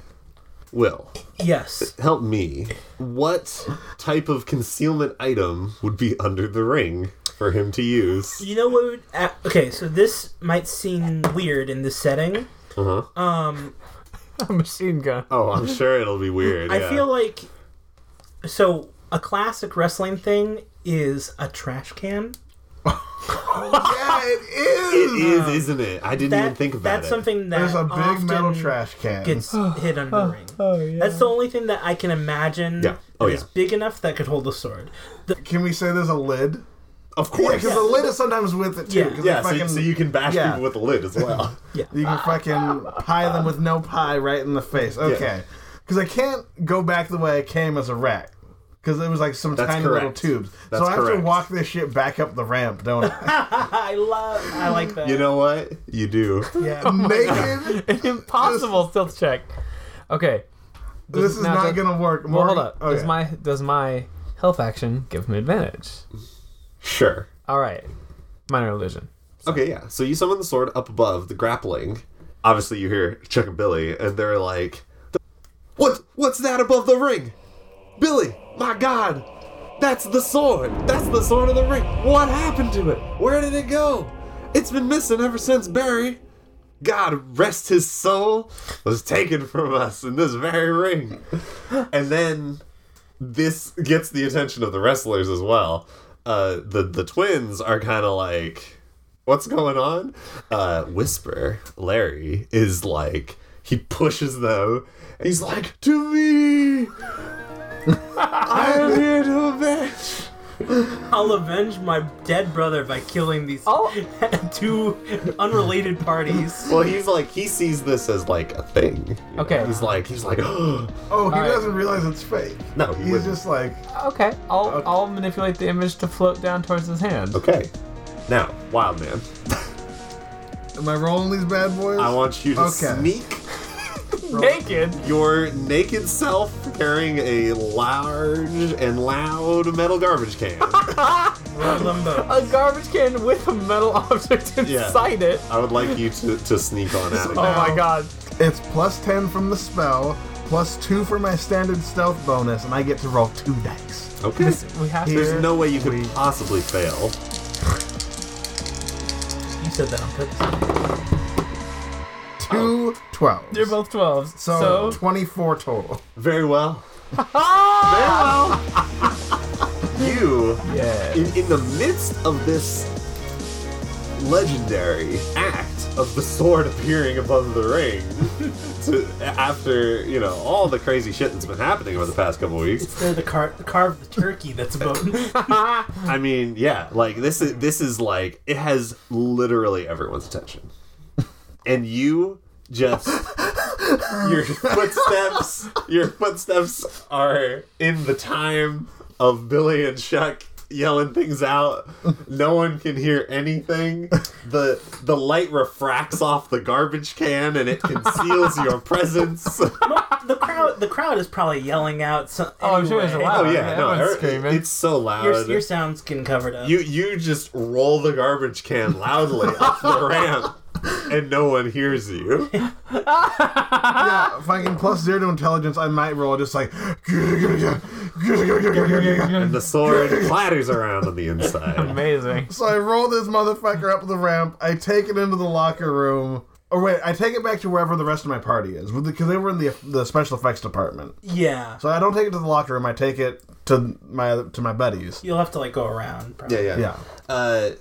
Will,
yes.
help me. What type of concealment item would be under the ring for him to use?
You know what? Would, uh, okay, so this might seem weird in this setting.
Uh huh.
Um,
A machine gun.
Oh, I'm sure it'll be weird.
I
yeah.
feel like so a classic wrestling thing is a trash can.
yeah, it
It
is.
is, isn't it? I didn't even
That
think about
that's
it.
something that
There's a big
often
metal trash can.
gets hit under the ring.
Oh yeah.
That's the only thing that I can imagine
Yeah. Oh,
that is
yeah.
big enough that could hold a sword. The,
Can we say there's a lid?
Of
Yeah,
course.
because the lid is sometimes with it too.
Yeah.
'cause
Yeah,
they
so,
fucking,
so you can bash
yeah.
people with a lid as well.
you can fucking pie them with no pie right in the face. Okay. Because I can't go back the way I came as a rat. Because it was like some
That's
tiny little
correct.
tubes.
That's
so I have
correct.
to walk this shit back up the ramp, don't I?
I love. I like that.
you know what? You do.
Yeah.
Naked?
Impossible stealth check. Okay.
This is
Now,
not
does-
gonna work. Oh,
Well,
Morgan-
hold up.
Okay.
Does my does my health action give him advantage?
Sure.
All right. Minor illusion.
Okay, yeah. So you summon the sword up above the grappling. Obviously, you hear Chuck and Billy, and they're like, "What? What's that above the ring? Billy, my God, that's the sword. That's the sword of the ring. What happened to it? Where did it go? It's been missing ever since Barry. God rest his soul was taken from us in this very ring." And then this gets the attention of the wrestlers as well. Uh, the the twins are kind of like, what's going on? Uh, Whisper Larry is like, he pushes them, and he's like, to me, I am here to avenge.
I'll avenge my dead brother by killing these
Oh.
two unrelated parties.
Well, he's like, he sees this as like a thing. you know?
Okay.
he's like, he's like, oh,
Oh, he
All right.
doesn't realize it's fake.
No, he
he's
wouldn't.
just like
Okay. I'll I'll manipulate the image to float down towards his hand.
okay. Now, wild man,
Am I rolling these bad boys?
I want you to
Okay.
sneak
Naked.
your naked self carrying a large and loud metal garbage can.
Rob Limbo.
A garbage can with a metal object
Yeah.
inside it.
I would like you to, to sneak on out. of
Oh
that.
my god.
It's plus ten from the spell, plus two for my standard stealth bonus, and I get to roll two dice.
Okay.
This, we have to.
There's no way you could possibly fail.
You said that on purpose.
Two twelve.
You're both 12s.
Oh. So,
So.
twenty-four total.
Very well.
Ah!
You,
Yeah.
in, in the midst of this legendary act of the sword appearing above the ring, to, after, you know, all the crazy shit that's been happening over the past couple weeks,
It's the, the car- carve the turkey that's about.
I mean, yeah, like this is this is like it has literally everyone's attention. And you just your footsteps your footsteps are in the time of Billy and Chuck yelling things out. No one can hear anything. The the light refracts off the garbage can and it conceals your presence.
the crowd, the crowd is probably yelling out. Some,
Oh, I'm sure there's a
anyway.
lot.
Oh yeah,
Yeah,
no,
everyone's
er-
screaming.
it's so loud.
Your, your sound's getting covered up.
you you just roll the garbage can loudly off the ramp, and no one hears you.
yeah, fucking plus zero to intelligence, I might roll just like. so
And the sword clatters around on the inside.
Amazing.
I roll this motherfucker up the ramp. I take it into the locker room. Or wait, I take it back to wherever the rest of my party is, because they were in the the special effects department.
yeah,
So I don't take it to the locker room. I take it to my to my buddies.
you'll have to like go around. Probably.
Yeah,
Uh,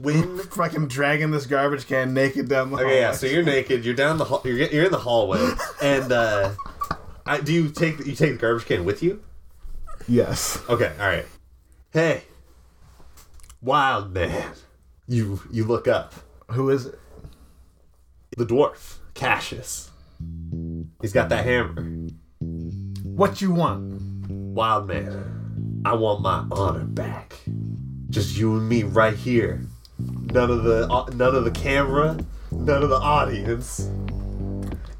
when
fucking dragging this garbage can naked down the.
Okay, yeah.
hallway.
So you're naked. You're down the hall. You're, get- you're in the hallway, and uh, I, do you take you take the garbage can with you?
yes.
Okay, all right. Hey, wild man, you you look up.
Who is it?
The dwarf Cassius. He's got that hammer.
What you want?
Wild man, I want my honor back. Just you and me right here. None of the uh, none of the camera, none of the audience.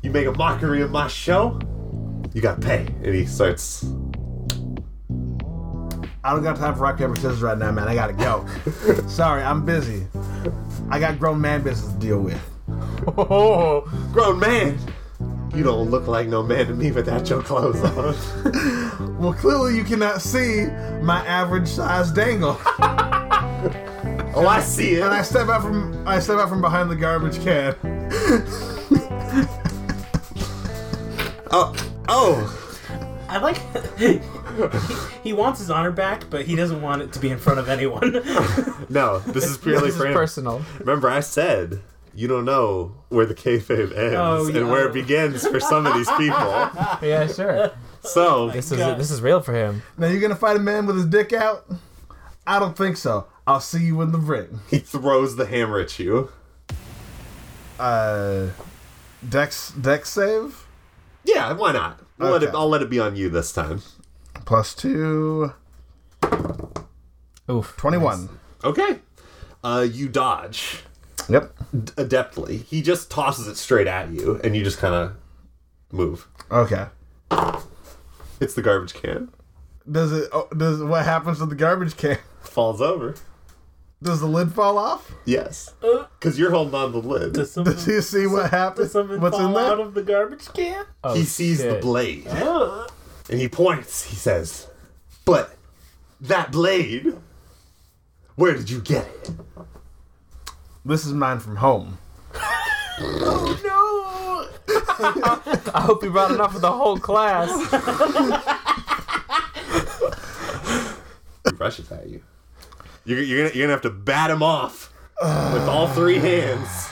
You make a mockery of my show. You got to pay. And he starts
I don't got time for rock paper scissors right now, man. I gotta go. Sorry, I'm busy. I got grown man business to deal with.
Oh,
grown man. You don't look like no man to me without your clothes on.
Well, clearly you cannot see my average size dangle.
oh, I see it.
And I step out from I step out from behind the garbage can.
oh, oh,
I like. he, he wants his honor back, but he doesn't want it to be in front of anyone.
no. This is purely
this is
for him.
personal.
Remember, I said you don't know where the kayfabe ends
Oh, yeah.
and where it begins for some of these people.
Yeah, sure.
So
This is
God.
this is real for him.
Now you gonna fight a man with his dick out? I don't think so. I'll see you in the ring.
he throws the hammer at you.
Uh, Dex Dex save
Yeah, why not? I'll, let it,
Okay.
I'll let it be on you this time.
plus two.
Oof.
21.
Okay. Uh, you dodge
Yep.
d- adeptly. He just tosses it straight at you, and you just kind of move.
Okay.
It's the garbage can.
Does it? oh, Does what happens to the garbage can?
Falls over.
Does the lid fall off?
Yes. Because you're holding on the lid.
Does
Does
something,
he see what happens?
something
What's in
fall out
there?
of the garbage can?
Oh,
he sees the
shit.
blade. And he points, he says, But that blade, where did you get it?
This is mine from home.
I hope he brought enough for the whole class.
He rushes at you. You're, you're, gonna, you're gonna have to bat him off with all three hands.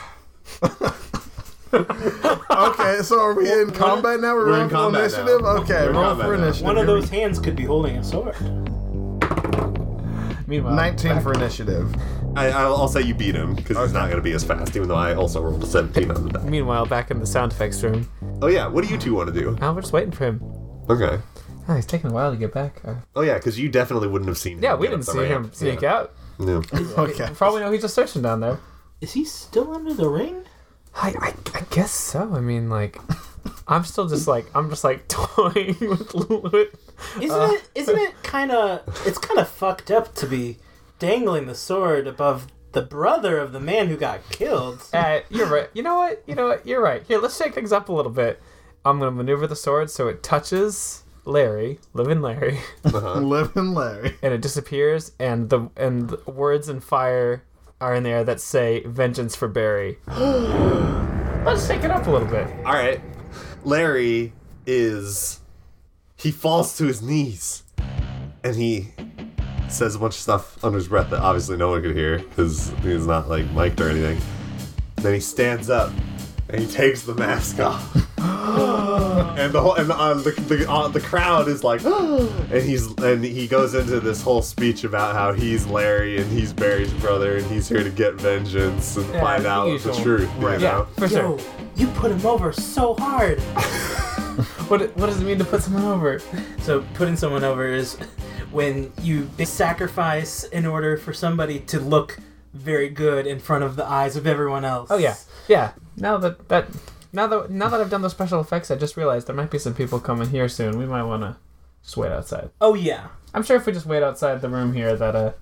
Okay, so are we in combat now? We're,
we're in
rolling for
combat now.
initiative.
We're
Okay,
in
roll
combat
for
now.
initiative.
One of
Here we
those hands could be holding a sword.
Meanwhile,
go. Nineteen for initiative.
I, I'll, I'll say you beat him because he's not gonna be as fast, even though I also rolled a 17 on the die.
Meanwhile, back in the sound effects room,
Oh, yeah, what do you two wanna do?
oh, we're just waiting for him.
Okay.
Oh, he's taking a while to get back. Uh,
Oh, yeah, because you definitely wouldn't have seen him.
yeah, we
get up
didn't
the
see him
ramp.
sneak
yeah.
out.
Yeah.
Okay.
For all we know, he's just searching down there.
Is he still under the ring?
I, I, I guess so. I mean, like, I'm still just like I'm just like toying with Lilith.
Isn't it? Isn't it kind of? It's kind of fucked up to be dangling the sword above the brother of the man who got killed.
Uh, you're right. You know what? You know what? You're right. Here, let's shake things up a little bit. I'm gonna maneuver the sword so it touches Larry, living Larry,
Live and Larry.
and it disappears. And the and the words and fire are in there that say "Vengeance for Barry." let's shake it up a little bit.
All right. Larry is. He falls to his knees and he says a bunch of stuff under his breath that obviously no one could hear because he's not like mic'd or anything. Then he stands up and he takes the mask off. and the whole and uh, the the, uh, the crowd is like, and he's and he goes into this whole speech about how he's Larry and he's Barry's brother and he's here to get vengeance and
Yeah,
find
the
out the
usual.
truth.
Right.
You
Yeah,
know?
for sure.
Yo, you put him over so hard.
What what does it mean to put someone over?
So putting someone over is when you sacrifice in order for somebody to look very good in front of the eyes of everyone else.
Oh yeah, yeah. Now that that Now that now that I've done those special effects, I just realized there might be some people coming here soon. We might want to just wait outside.
Oh yeah,
I'm sure if we just wait outside the room here, that uh,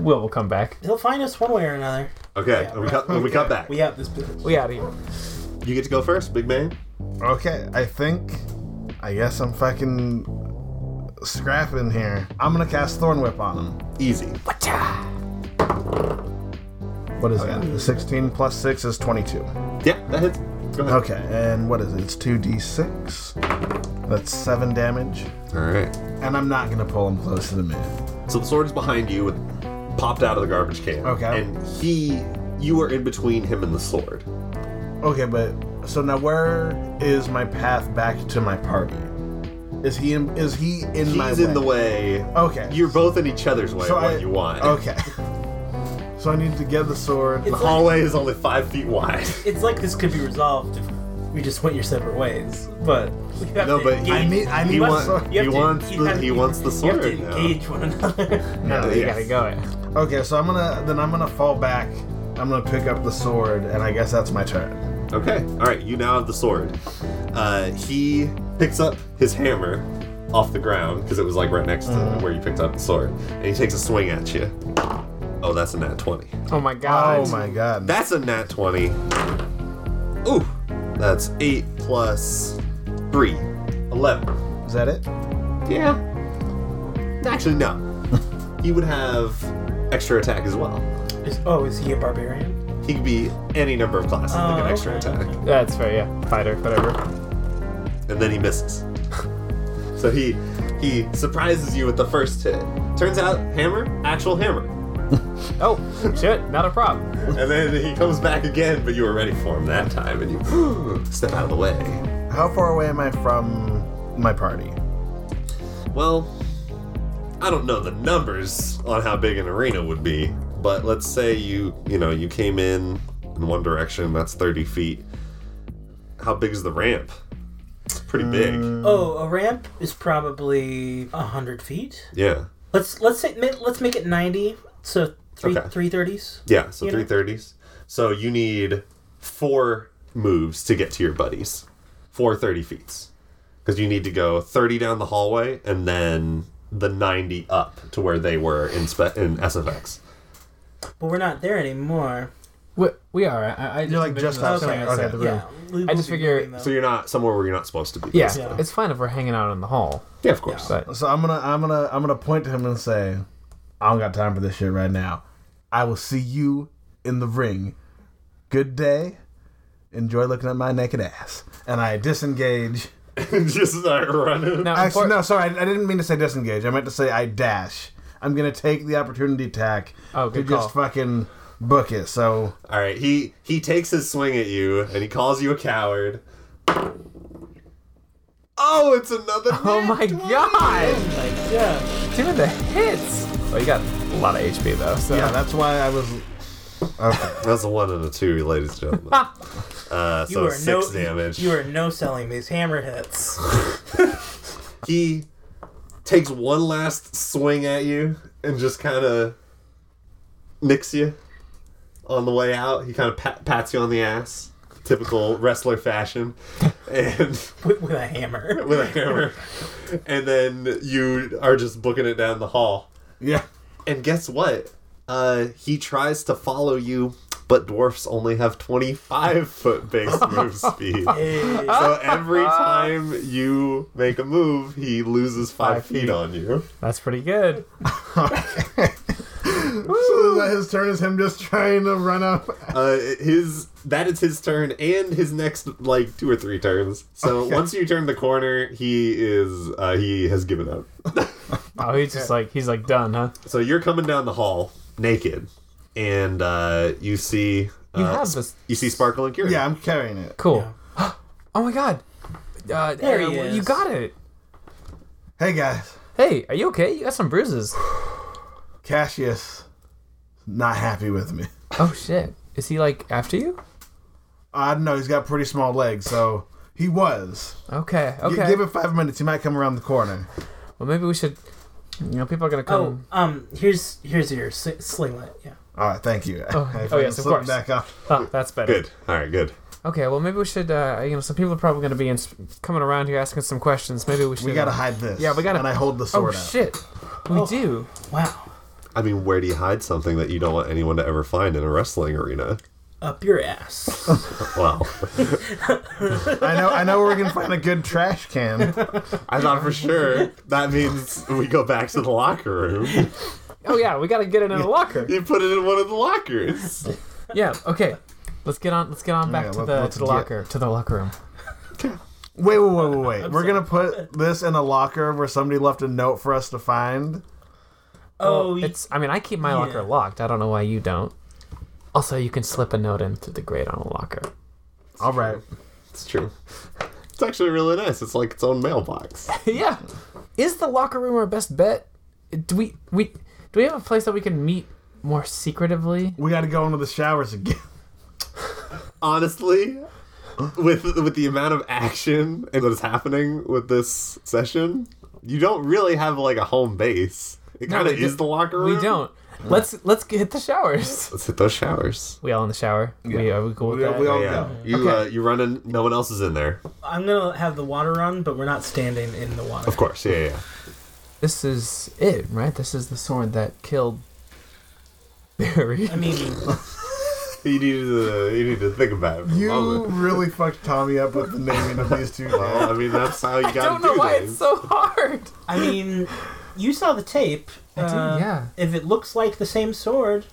Will will come back.
he'll find us one way or another.
Okay, when we cut when we cut back.
We out this bitch.
We out of here.
You get to go first, big man.
Okay, I think. I guess I'm fucking scrapping here. I'm gonna cast Thorn Whip on him.
Easy.
What is that? 16 plus 6 is 22.
Yeah, that hits. Go ahead.
Okay, and what is it? It's 2d6. That's 7 damage.
All right.
And I'm not gonna pull him close to the man.
So the sword is behind you and popped out of the garbage can.
Okay.
And he, you are in between him and the sword.
Okay, but so now where is my path back to my party? Is he in, is he in my
He's in the way.
Okay.
You're both in each other's way.
So
what
I-
you want?
Okay. So I need to get the sword.
The hallway is only five feet wide.
It's like this could be resolved if we just went your separate ways, but we have
No,
to
but
engage.
I need I need
He,
the
want-
sword.
he
You have to-
wants
you
the
have
he
to-
wants the
You
sword
have to
now.
engage one another.
No,
You
yeah.
gotta go. eh? It.
Okay, so I'm gonna then I'm gonna fall back. I'm gonna pick up the sword, and I guess that's my turn.
Okay. All right. You now have the sword. Uh, he picks up his hammer off the ground because it was like right next to
Mm-hmm.
where you picked up the sword, and he takes a swing at you. Oh, that's a nat twenty.
Oh my god.
Oh my god.
That's a nat 20. Ooh, that's 8 plus 3. 11.
Is that it?
Yeah. Actually, no. he would have extra attack as well.
Is- oh, is he a barbarian?
He could be any number of classes that get
Oh,
extra
okay,
attack.
okay.
That's fair. Yeah, fighter, whatever.
And then he misses. so he he surprises you with the first hit. Turns out, hammer, actual hammer.
Oh shit, not a problem.
And then he comes back again, but you were ready for him that time, and you step out of the way.
How far away am I from my party?
Well, I don't know the numbers on how big an arena would be, but let's say you, you know, you came in in one direction, that's 30 feet. How big is the ramp? It's pretty big.
Oh, a ramp is probably hundred feet.
Yeah.
Let's let's say ma- let's make it ninety. So three
Okay.
three thirties.
Yeah, so
You know-
330s. So you need four moves to get to your buddies. Four 30 feet. Because you need to go 30 down the hallway and then the 90 up to where they were in, spe- in SFX.
But we're not there anymore.
We, we are. I, I
You're like just
envisioned us
outside.
going
Okay,
outside.
the room.
Yeah, we will
just
be
figure-
moving, though.
So you're not somewhere where you're not supposed to be.
Yeah,
Yeah.
it's fine if we're hanging out in the hall,
Yeah, of course.
but
So I'm gonna I'm gonna I'm gonna point to him and say, I don't got time for this shit right now. I will see you in the ring. Good day. Enjoy looking at my naked ass. And I disengage.
just start running.
now
Actually,
import-
no, sorry, I, I didn't mean to say disengage. I meant to say I dash. I'm gonna take the opportunity attack
Oh,
to
good
just fucking book it. So
All right, he he takes his swing at you and he calls you a coward. Oh, it's another.
Oh
nat
my
20.
god!
Like, yeah.
Doing the hits! Well, you got a lot of HP though, so.
yeah, that's why I was. Okay.
That's a one and a two, ladies and gentlemen. uh,
You
so
are
six
no
damage.
You are no selling these hammer hits.
he takes one last swing at you and just kind of nicks you on the way out. He kind of pat, pats you on the ass, typical wrestler fashion, and.
with, with a hammer.
with a hammer. and then you are just booking it down the hall.
Yeah.
And guess what? Uh, he tries to follow you, but dwarfs only have 25 foot base move speed.
Hey.
So every time you make a move, he loses five, feet. on you.
That's pretty good.
So is that his turn is him just trying to run up.
Uh, his that is his turn and his next like two or three turns. So once you turn the corner, he is uh, he has given up.
Oh, he's just like, he's like done, huh?
So you're coming down the hall naked, and uh, you see uh,
You have this.
you see Sparkle and Kira.
Yeah, I'm carrying it.
Cool. oh my god! Uh,
There he
Aaron,
is.
You got it!
Hey guys,
Hey, are you okay? You got some bruises.
Cassius, not happy with me.
Oh shit. Is he like after you?
I don't know. He's got pretty small legs, so he was.
Okay,
G-
okay.
give it five minutes. He might come around the corner.
well, maybe we should. You know, people are gonna
Oh,
come.
um, here's here's your sli- slinglet. Yeah.
All right, thank you.
Oh,
I
oh,
fucking
yes, of
slipped
course.
Back up.
Oh, that's better.
Good. All right. Good.
Okay, well maybe we should. Uh, you know, some people are probably going to be in, coming around here asking some questions. Maybe we should.
We gotta
uh,
hide this.
Yeah, we gotta.
And I hold the
Oh
sword out. Oh.
shit, we do.
Wow.
I mean, where do you hide something that you don't want anyone to ever find in a wrestling arena?
Up your ass.
Well,
I know. I know where we can find a good trash can.
I thought for sure that means we go back to the locker room.
Oh yeah, we gotta get it in a locker.
You put it in one of the lockers.
Yeah. Okay. Let's get on. Let's get on back
Yeah,
to
let-
the
let's
to the
get-
locker to the locker room.
Wait, wait, wait, wait, wait. We're gonna put this in a locker where somebody left a note for us to find.
oh, you-
it's. I mean, I keep my locker
yeah.
locked. I don't know why you don't. Also, you can slip a note in through the grate on a locker.
All right.
It's true. It's actually really nice. It's like its own mailbox.
yeah. Is the locker room our best bet? Do we we do we have a place that we can meet more secretively?
We gotta go into the showers again.
Honestly, with with the amount of action and what's happening with this session, you don't really have like a home base. It
No,
kind of
we
is
do-
the locker room.
We don't. Let's let's get hit the showers.
Let's hit those showers.
We all in the shower. We are we cool with
We,
that?
we all
Yeah,
go.
you uh, you run in. No one else is in there.
I'm gonna have the water on, but we're not standing in the water.
Of course. Yeah, yeah. yeah.
This is it, right? This is the sword that killed Barry.
I mean,
You need to you need to think about it. Uh-huh. For a
You
moment.
really fucked Tommy up with the naming of these two.
Well, I mean that's how you
I
gotta
don't know
do
why
things.
it's so hard.
I mean, you saw the tape.
did,
uh,
yeah.
If it looks like the same sword,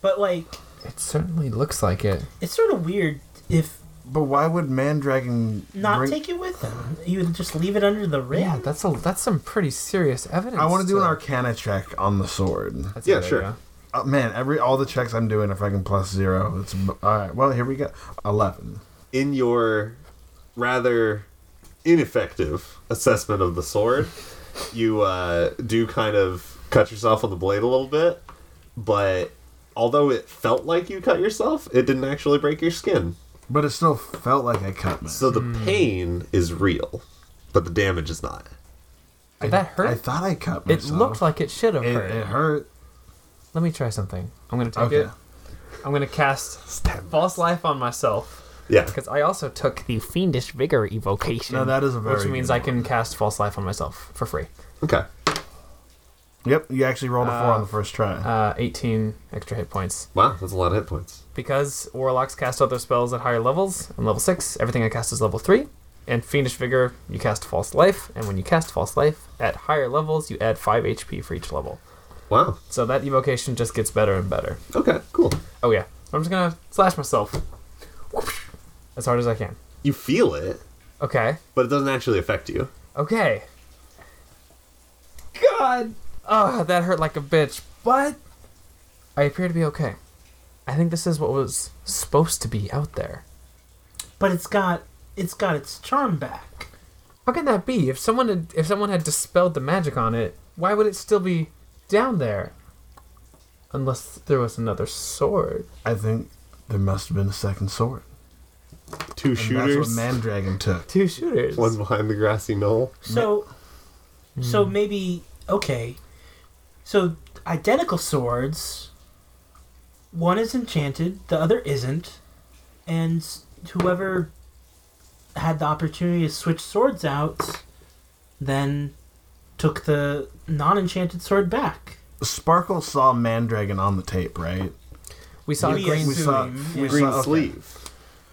but like
It certainly looks like it.
it's sort of weird if
But why would Mandragon
not
bring-
take it with him. You would just leave it under the rim.
Yeah, that's a that's some pretty serious evidence.
I want to do an
to-
Arcana check on the sword.
That's
Yeah,
a good
sure.
idea.
Uh, man, every all the checks I'm doing are fucking plus zero. It's all right. Well, here we go. Eleven.
in your rather ineffective assessment of the sword, you uh, do kind of cut yourself on the blade a little bit, but although it felt like you cut yourself, it didn't actually break your skin.
But it still felt like I cut me.
So the pain is real, but the damage is not.
Did that hurt?
I thought I cut
it
myself.
looked like it should have
it,
hurt.
it hurt.
Let me try something. I'm gonna take
Okay.
it. I'm gonna cast false life on myself
Yeah.
because I also took the fiendish vigor evocation.
No, that is a very
which means
good
I can cast false life on myself for free.
Okay.
Yep, you actually rolled a four
Uh,
on the first try.
Uh, 18 extra hit points
Wow, that's a lot of hit points.
because warlocks cast other spells at higher levels. I'm level six. Everything I cast is level three. And fiendish vigor, you cast false life, and when you cast false life at higher levels, you add five HP for each level.
Wow.
So that evocation just gets better and better.
Okay, cool.
Oh yeah. I'm just gonna slash myself. Whoosh. As hard as I can.
You feel it,
Okay.
but it doesn't actually affect you.
Okay. God. Oh, that hurt like a bitch. But I appear to be okay. I think this is what was supposed to be out there.
But it's got it's got its charm back.
How can that be? If someone had, if someone had dispelled the magic on it, why would it still be down there? Unless there was another sword.
I think there must have been a second sword.
Two
And
shooters,
That's what Mandragon took.
Two shooters.
one behind the grassy knoll.
So, so
Hmm.
maybe okay. So identical swords. One is enchanted, the other isn't, and whoever had the opportunity to switch swords out, then took the non-enchanted sword back.
Sparkle saw Mandragon on the tape, right?
We saw
We
a green
We saw.
Zoom,
We
yeah.
Green
saw, okay.
sleeve.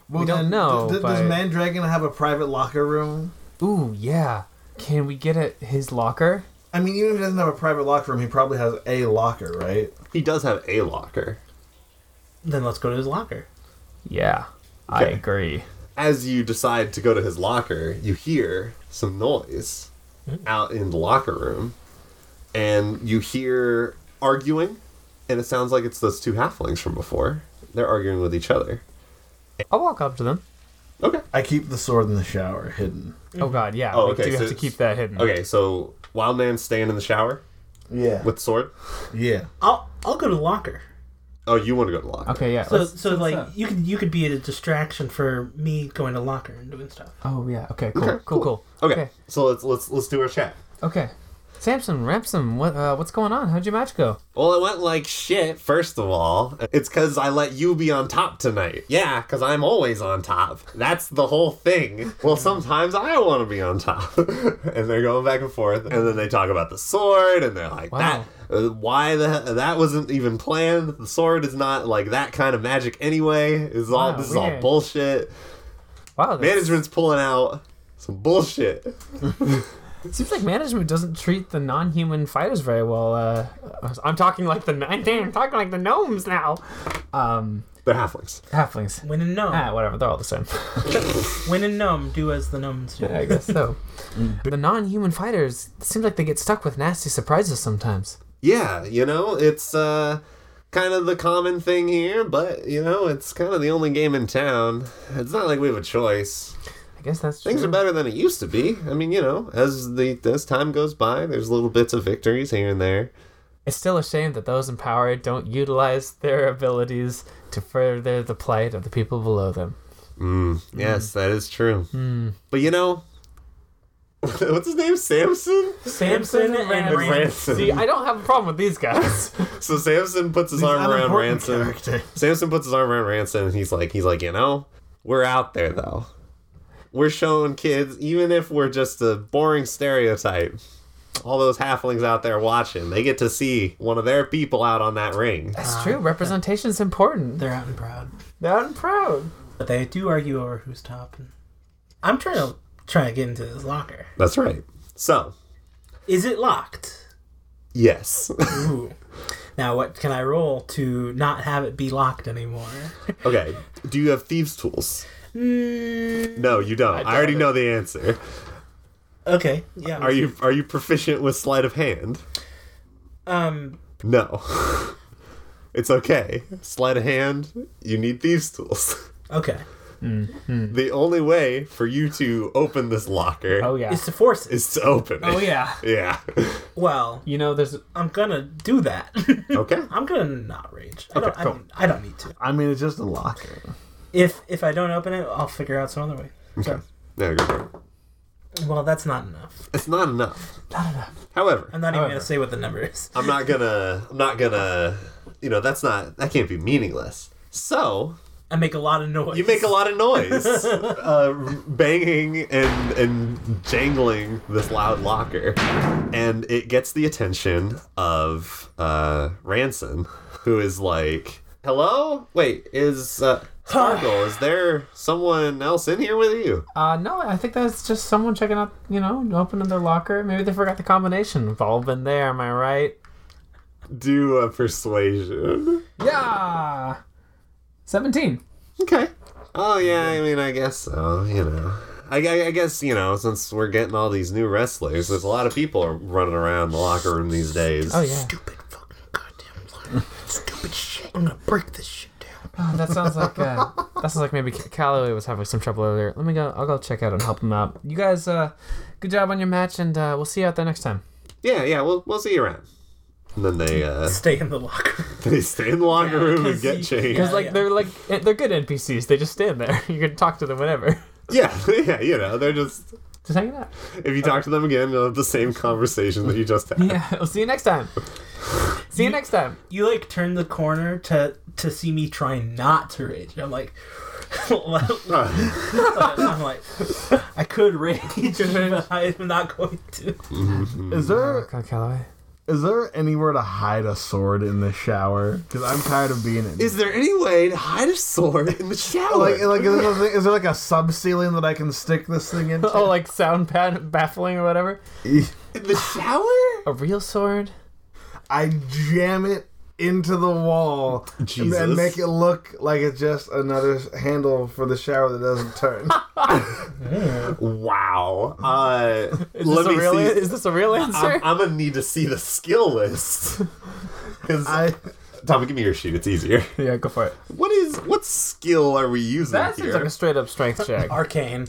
Well,
We don't
then,
know,
d- d-
but-
Does Mandragon have a private locker room?
Ooh, yeah. Can we get at his locker?
I mean, even if he doesn't have a private locker room, he probably has a locker, right?
He does have a locker.
Then let's go to his locker.
Yeah, I
Okay.
agree.
as you decide to go to his locker, you hear some noise
Hmm.
out in the locker room, and you hear arguing, and it sounds like it's those two halflings from before. They're arguing with each other.
I'll walk up to them.
Okay.
I keep the sword in the shower, hidden.
Oh God, yeah.
Oh,
we
okay,
do
so oh,
have to
it's-
keep that hidden.
Okay, so Wild Man's staying in the shower
Yeah.
with sword.
yeah.
I'll I'll go to the locker.
Oh, you want to go to the locker?
Okay, yeah.
So
let's-
so like
up?
you could you could be a distraction for me going to locker and doing stuff.
oh yeah. Okay. Cool. cool. Cool.
Okay. So let's let's let's do our chat.
Okay. Samson, Ramson, what uh, what's going on? How'd your match go?
Well, it went like shit, first of all. It's because I let you be on top tonight. Yeah, because I'm always on top. That's the whole thing. Well, sometimes I want to be on top. and they're going back and forth. And then they talk about the sword, and they're like,
Wow.
that. uh, Why the that wasn't even planned? The sword is not like that kind of magic anyway. Is all
Wow,
this is all
weird.
bullshit.
Wow, that
Management's pulling out some bullshit.
seems like management doesn't treat the non-human fighters very well. Uh, I'm talking like the I'm talking like the gnomes now. Um,
They're halflings.
halflings.
When in gnome,
Ah, whatever. They're all the same.
when in gnome, do as the gnomes do.
I guess Mm. so. the non-human fighters it seems like they get stuck with nasty surprises sometimes.
yeah you know it's uh kind of the common thing here but you know it's kind of the only game in town it's not like we have a choice
I guess that's
things
true.
are better than it used to be i mean you know as the as time goes by there's little bits of victories here and there
It's still a shame that those in power don't utilize their abilities to further the plight of the people below them.
yes that is true but you know what's his name samson
Samson and
Ramson.
Ram-
Ranson.
See, I don't have a problem with these guys.
so samson puts his arm around
Unimportant
ransom
character.
Samson puts his arm around Ransom and he's like, he's like, you know, we're out there though. We're showing kids, even if we're just a boring stereotype. All those halflings out there watching, they get to see one of their people out on that ring.
That's true. Representation's important.
They're out and proud,
That I'm proud.
but they do argue over who's top. And I'm trying to trying to get into this locker.
That's right. So,
Is it locked?
yes.
Ooh. Now what can I roll to not have it be locked anymore?
okay. Do you have thieves' tools?
Mm,
No, you don't. I, already know the answer.
okay. Yeah.
Are you are you proficient with sleight of hand?
Um.
No. it's okay. Sleight of hand, you need thieves' tools.
Okay.
The only way for you to open this locker
Oh yeah.
It's to force it.
is to open it.
oh yeah.
Yeah.
Well,
You know, there's
I'm gonna do that.
Okay.
I'm gonna not rage. I, don't, I,
cool.
don't, I don't need to.
I mean, it's just a locker.
If if I don't open it, I'll figure out some other way.
Okay. There you go.
Well, that's not enough.
It's not enough. Not enough. However,
I'm not even
However.
gonna say what the number is.
I'm not gonna. I'm not gonna. You know, that's not. That can't be meaningless. So
I make a lot of noise.
you make a lot of noise, uh, banging and and jangling this loud locker, and it gets the attention of uh, Ranson, who is like, "Hello, wait, is uh, Sparkle? is there someone else in here with you?"
uh no, I think that's just someone checking out, you know, opening their locker. Maybe they forgot the combination. We've all been there, am I right?
Do a persuasion.
Yeah. 17.
Okay. Oh yeah, I mean, I guess so. You know, I, I, I guess you know, since we're getting all these new wrestlers, there's a lot of people are running around the locker room these days.
Oh yeah.
Stupid fucking goddamn line. Stupid shit. I'm gonna break this shit down.
Oh, that sounds like uh, that sounds like maybe Calloway was having some trouble earlier. Let me go. I'll go check out and help him out. You guys, uh, good job on your match, and uh, we'll see you out there next time.
Yeah, yeah. We'll we'll see you around. And then they uh,
Stay in the locker.
they stay in the locker room and
'cause
get
you-
changed.
Because
Yeah,
like
yeah.
they're like eh, they're good NPCs. They just stand there. You can talk to them whenever.
Yeah, yeah. You know, they're just
Just hanging out.
if you talk to them again, you'll have the same conversation that you just had.
Yeah. We'll see you next time. See you next time.
You like turn the corner to to see me trying not to rage. I'm like, I'm like, I could rage, but I'm not going to.
Is there
God, Calloway.
is there anywhere to hide a sword in the shower? Because I'm tired of being in.
Is there any way to hide a sword in the shower?
like, like is, there, something- is there like a sub ceiling that I can stick this thing into? E
Oh, like sound pad baffling or whatever.
in the shower?
A real sword.
I jam it into the wall and
Jesus.
then make it look like it's just another handle for the shower that doesn't turn.
Wow. Uh,
Is
let
this
me
a real?
see.
Is this a real answer?
I'm, I'm gonna need to see the skill list. 'Cause-
I
Tommy, give me your sheet. It's easier.
yeah, go for it.
What is what skill are we using
That
here?
seems like a straight up strength check.
Arcane.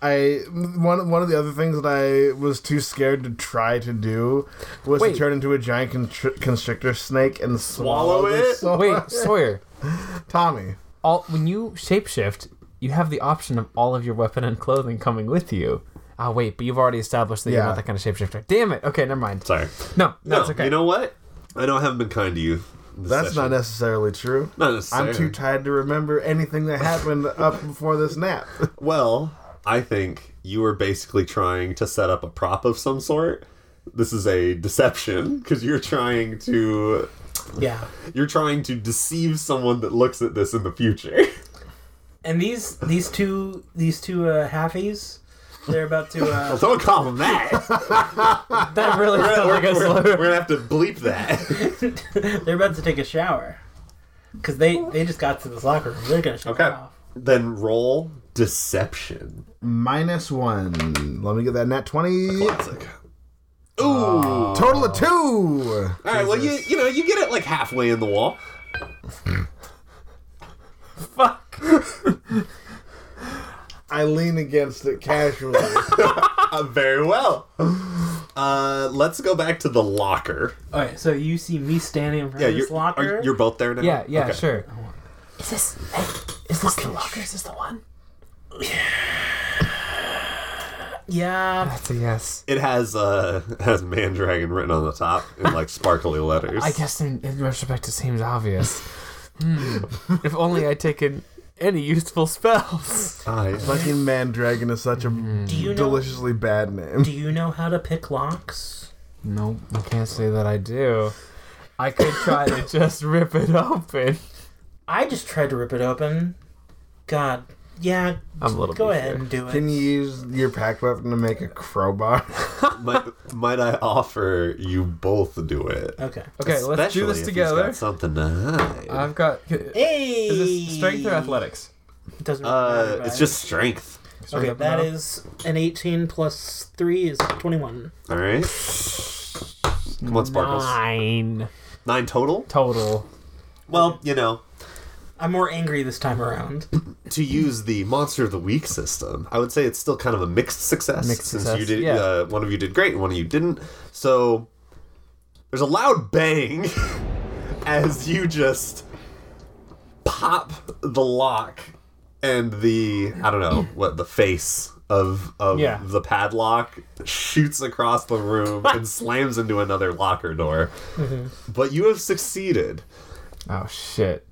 I one one of the other things that I was too scared to try to do was
Wait.
to turn into a giant constri- constrictor snake and swallow,
Swallow
the
it?
sword.
Wait, Sawyer.
Tommy.
all when you shapeshift, you have the option of all of your weapon and clothing coming with you. Oh wait, but you've already established that you're
Yeah.
not that kind of shapeshifter. Damn it. Okay, never mind.
Sorry.
No, no,
No,
it's okay.
you know what? I know I haven't been kind to you. this
That's
session.
not necessarily true.
Not
I'm
necessarily.
too tired to remember anything that happened up before this nap.
Well, I think you were basically trying to set up a prop of some sort. This is a deception because you're trying to
Yeah.
you're trying to deceive someone that looks at this in the future.
And these these two these two uh, halfies, they're about to. Uh,
Don't call them that.
that really sounds
we're,
like a
we're-
slow.
we're gonna have to bleep that.
they're about to take a shower because they they just got to this locker room. They're gonna shower
Okay.
off.
Then roll deception.
Minus one. Let me get that nat 20.
Classic. Ooh. Oh.
Total of two.
All right. Well, you you know you get it like halfway in the wall.
Fuck.
I lean against it casually.
Uh, very well. Uh, let's go back to the locker.
All right. So you see me standing in front of
you're,
this locker.
Are, you're both there now.
Yeah, yeah,
Okay.
sure.
Is this, is this the locker? Is this the one?
yeah.
That's a yes.
It has uh it has Mandragon written on the top in like sparkly letters.
I guess in, in retrospect, it seems obvious. Hmm. if only I'd taken any useful spells.
Ah, yeah.
Fucking Mandragon is such a
Mm.
Do you know?
deliciously bad name.
Do you know how to pick locks?
Nope, I can't say that I do. I could try to just rip it open.
I just tried to rip it open. God. Yeah.
I'm a little
Go
beefier.
ahead and do it.
Can you use your pack weapon to make a crowbar?
might, might I offer you both to do it?
okay.
Okay, let's do
Especially if
this
he's
together.
got something to hide.
I've got.
Hey.
Is this strength or athletics?
It doesn't really matter,
uh,
but-
it's just strength.
okay.
Strength
That
no?
is an eighteen plus three is twenty-one.
All right. Come on, Sparkles. Nine,
Nine
total.
total.
Well, you know,
I'm more angry this time around.
to use the monster of the week system, I would say it's still kind of a mixed success.
Mixed
since
success,
you did,
yeah.
uh, one of you did great, and one of you didn't. So there's a loud bang as you just pop the lock and the I don't know what the face of of
Yeah.
the padlock shoots across the room and slams into another locker door.
Mm-hmm.
But you have succeeded.
Oh shit!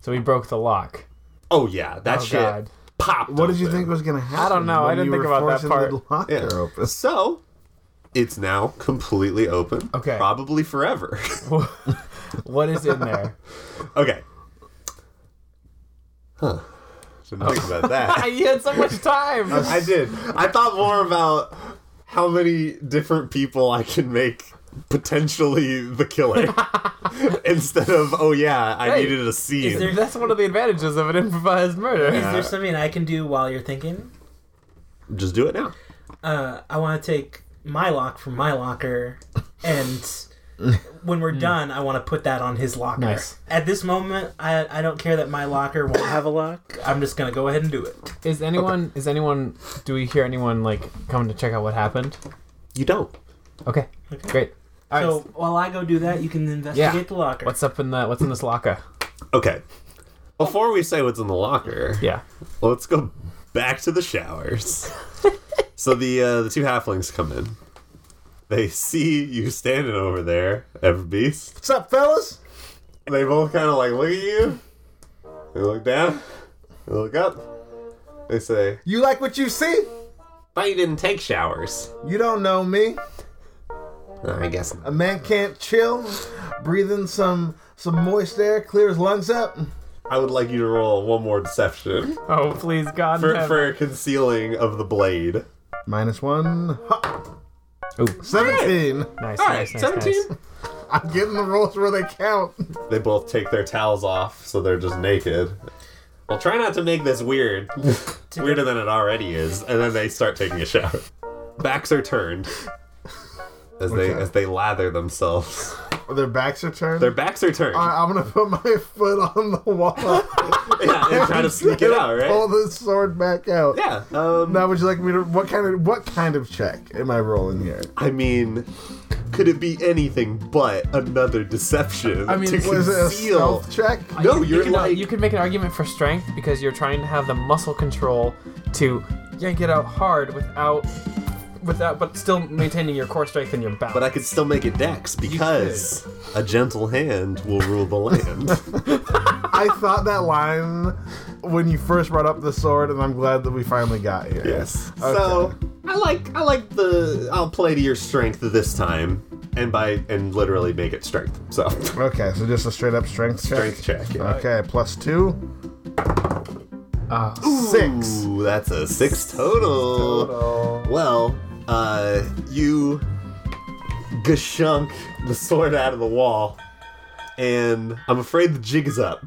So we broke the lock.
Oh yeah, that
Oh,
shit
God.
popped.
What did you
open.
think was gonna happen?
I don't know. I
when
didn't
you
think
were
about that
forcing
part.
The locker
Yeah.
open?
So it's now completely open.
Okay.
Probably forever.
What is in there?
okay. Huh. Didn't think about that.
I had so much time.
I did. I thought more about how many different people I can make potentially the killer instead of oh yeah I
Hey,
needed a scene.
there-
That's one of the advantages of an improvised murder.
Is there something I can do while you're thinking?
Just do it now.
Uh, I want to take my lock from my locker, and when we're done, I want to put that on his locker.
Hmm. Nice.
At this moment, I I don't care that my locker won't have a lock. I'm just gonna go ahead and do it.
Is anyone? Is anyone? Do we hear anyone like coming to check out what happened?
You don't.
Okay, great. All right.
So while I go do that, you can investigate
Yeah.
the locker.
what's up in the? What's in this locker?
Okay. Before we say what's in the locker,
Yeah.
Let's go back to the showers. so the uh, the two halflings come in. They see you standing over there, ever beast.
What's up, fellas?
They both kind of like look at you. They look down. They look up. They say,
You like what you see?
"Thought you didn't take showers." Uh,
You don't know me.
I guess.
A man can't chill. Breathe in some some moist air, clear his lungs up.
I would like you to roll one more deception
Oh please, God.
for, for concealing of the blade.
Minus one. Ha.
Ooh.
Seventeen.
Nice.
All right,
nice, nice, nice.
seventeen.
I'm getting the rolls where they count.
They both take their towels off, so they're just naked. Well, try not to make this weird. Weirder than it already is. And then they start taking a shower. Backs are turned. As they
Okay.
as they lather themselves.
Their backs are turned.
Their backs are turned.
I- I'm gonna put my foot on the wall.
yeah, and try to sneak it out,
Pull
right?
the sword back out.
Yeah. Um
Now, would you like me to? What kind of what kind of check am I rolling here?
I mean could it be anything but another deception
I mean,
to
Was it a
conceal?
stealth check?
No,
You
you're
can,
like
you can make an argument for strength because you're trying to have the muscle control to yank it out hard without, without, but still maintaining your core strength and your balance.
But I could still make a dex because a gentle hand will rule the land.
I thought that line when you first brought up the sword, and I'm glad that we finally got here.
yes. So I like I like the I'll play to your strength this time, and by and literally make it strength. So
Okay, so just a straight up strength check.
strength check. yeah.
Okay, plus two. Six.
Ooh, that's a six total. Well, uh, you gashunk the sword out of the wall, and I'm afraid the jig is up.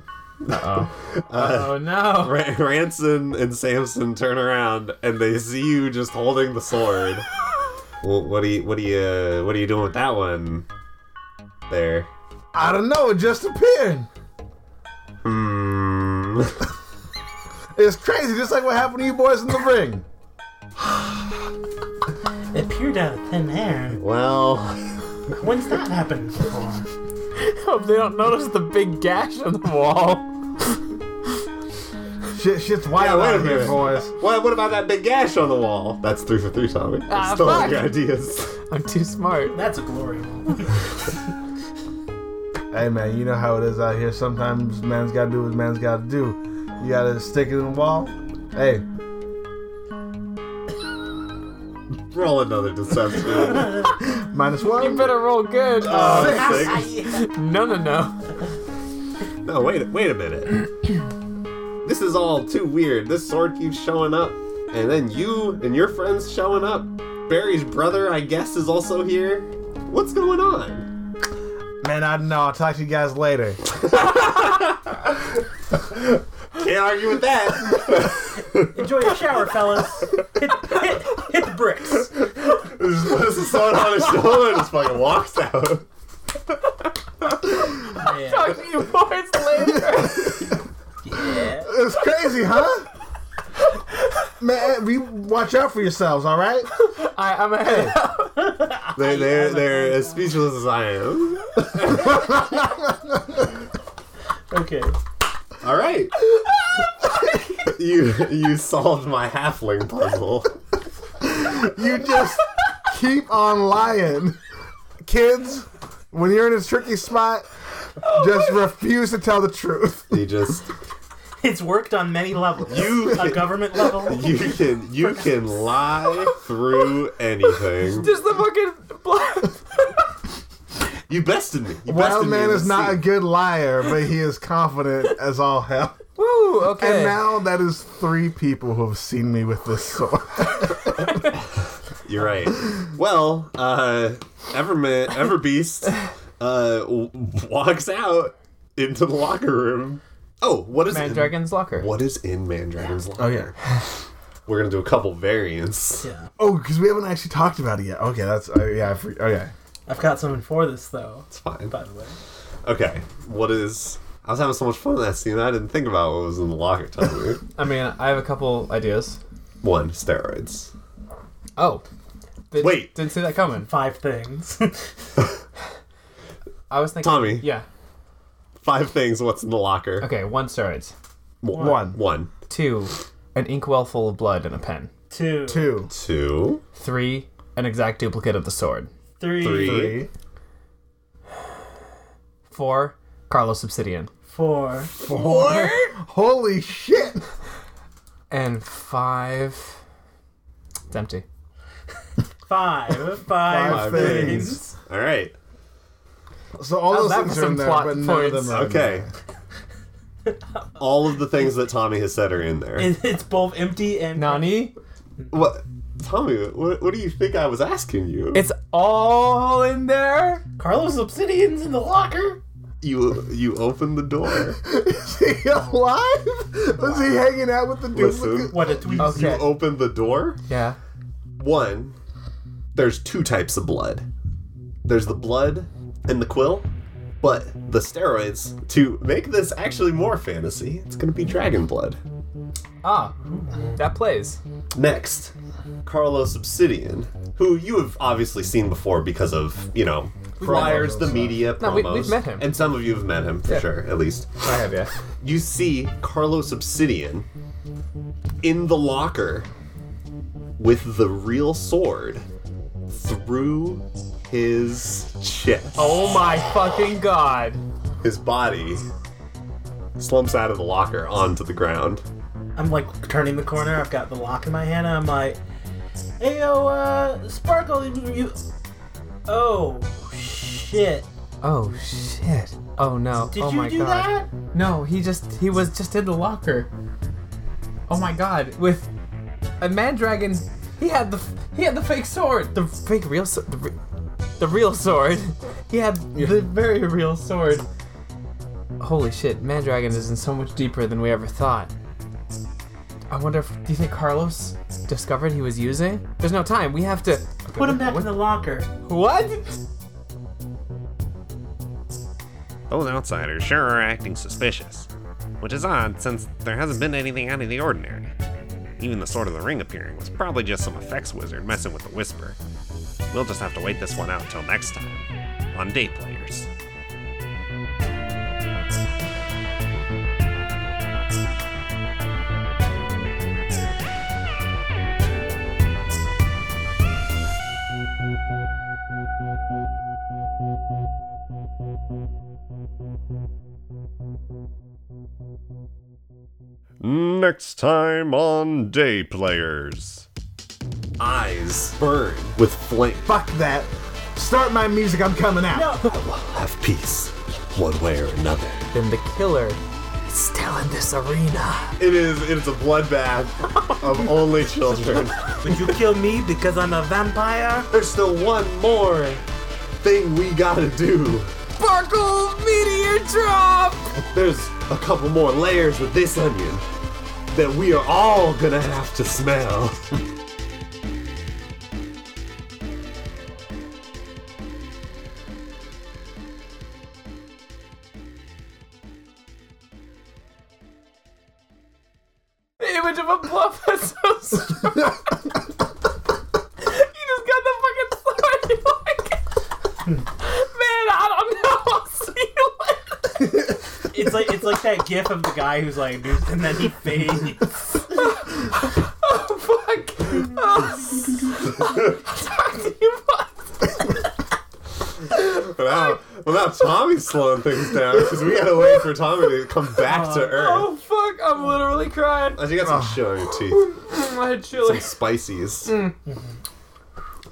oh no!
Ra- Ranson and Samson turn around and they see you just holding the sword. well, what do you what do you uh, what are you doing with that one? There.
I don't know, it just appeared.
Hmm.
It's crazy, just like what happened to you boys in the ring.
It appeared out of thin air.
well,
When's that happened before?
Hope they don't notice the big gash on the wall.
Shit, shit's wild
wait a
out here,
minute.
boys.
what, what about that big gash on the wall? That's three for three, Tommy.
Ah,
Still
fuck.
your ideas.
I'm too smart.
That's a glory hole.
Hey man, you know how it is out here. Sometimes man's gotta do what man's gotta do. You gotta stick it in the wall. Hey,
Roll another deception.
minus one.
You better roll good.
Uh.
Uh,
Six.
no, no, no.
No, wait, wait a minute. this is all too weird. This sword keeps showing up, and then you and your friends showing up. Barry's brother, I guess, is also here. What's going on?
Man, I don't know. I'll talk to you guys later.
Can't argue with that.
Enjoy your shower, fellas. Hit, hit, hit the bricks.
Just puts the sword on his shoulder and just fucking walks out.
Yeah.
Talk to you boys later.
It's crazy, huh? Man, eh, we watch out for yourselves, all right?
I, I'm ahead.
They, they're they're as speechless as I am.
Okay.
All right. you you solved my halfling puzzle.
You just keep on lying. Kids, when you're in a tricky spot, just refuse to tell the truth.
You just
It's worked on many levels.
You-
a government level.
you can you can lie through anything.
Just the fucking blood.
You bested me. You
Wild
bested me
man
in
is
the
not a
scene.
good liar, but he is confident as all hell.
Woo. Okay.
And now that is three people who have seen me with this sword.
You're right. Well, uh, Everman, Everbeast, uh, w- walks out into the locker room. Oh, what is in,
Mandragon's locker.
What is in Mandragon's
Oh,
locker? We're gonna do a couple variants.
Yeah.
Oh, because we haven't actually talked about it yet. Okay, that's uh, yeah. I for, okay,
I've got something for this though.
It's fine.
By the way,
Okay, what is? I was having so much fun in that scene. I didn't think about what was in the locker. Tommy.
I mean, I have a couple ideas.
One steroids.
Oh. Did,
Wait.
Didn't see that coming.
five things.
I was thinking.
Tommy.
Yeah.
Five things. What's in the locker?
Okay. One steroids.
One.
One.
Two, an inkwell full of blood and a pen.
Two,
two,
Two.
Three, an exact duplicate of the sword.
three,
Three.
three,
Four, Carlos Obsidian.
four.
four. Holy shit!
And five. It's empty.
Five. Five
Five
things.
things.
All right.
So all
How's
those
that
things
for
are in
some
there,
plot
but none of
points?
them are. in
Okay. All of the things that Tommy has said are in there.
It- It's both empty and
Nani?
What, Tommy? What, what do you think I was asking you?
It's all in there?
Carlos Obsidian's in the locker.
you you open the door.
there. Is he alive? Was he hanging out with the
Listen,
duplicate?
What a tweet.
you
Okay.
open the door.
Yeah.
One, there's two types of blood. There's the blood and the quill, but the steroids. To make this actually more fantasy, it's gonna be dragon blood.
Ah, that plays.
Next, Carlos Obsidian, who you have obviously seen before because of, you know, priors, the media,
No, we-
promos.
we've met him.
And some of you have met him, for
Yeah.
sure, at least.
I have, yeah.
You see Carlos Obsidian in the locker with the real sword through his chest.
Oh my fucking god.
His body slumps out of the locker onto the ground.
I'm like turning the corner. I've got the lock in my hand. And I'm like, hey yo, uh, Sparkle, you- you. Oh shit!
Oh shit. Oh no.
Did
oh
you
my
do
god.
that?
No, he just he was just in the locker. Oh my god, with a mandragon, he had the he had the fake sword, the fake real sword, the, re- the real sword. He had the very real sword. Holy shit, mandragon is in so much deeper than we ever thought. I wonder if do you think Carlos discovered he was using? There's no time. We have to
Put him back in the locker.
What?
Those outsiders sure are acting suspicious, which is odd since there hasn't been anything out of the ordinary. Even the Sword of the Ring appearing was probably just some effects wizard messing with the Whisper. We'll just have to wait this one out till next time on Day Players.
Next time on Day Players. Eyes burn with flame.
Fuck that. Start my music. I'm coming out.
Have peace, one way or another.
Then the killer.
Still in this arena.
It is. It is a bloodbath of only children.
Would you kill me because I'm a vampire?
There's still one more thing we gotta do.
Sparkle meteor drop.
There's a couple more layers of this onion that we are all gonna have to smell.
The image of a bluff is so strong. you just got the fucking sword. You're like, man, I don't know. I'll see you later.
It's like it's like that gif of the guy who's like, "Dude," and then he fades.
Oh, fuck. Oh. Talk to you, boss.
But now, well, now Tommy's slowing things down because we gotta wait for Tommy to come back to Earth.
Oh, fuck. I'm literally crying.
I think got some shit on your teeth.
My head chilling.
Spices.
Mm.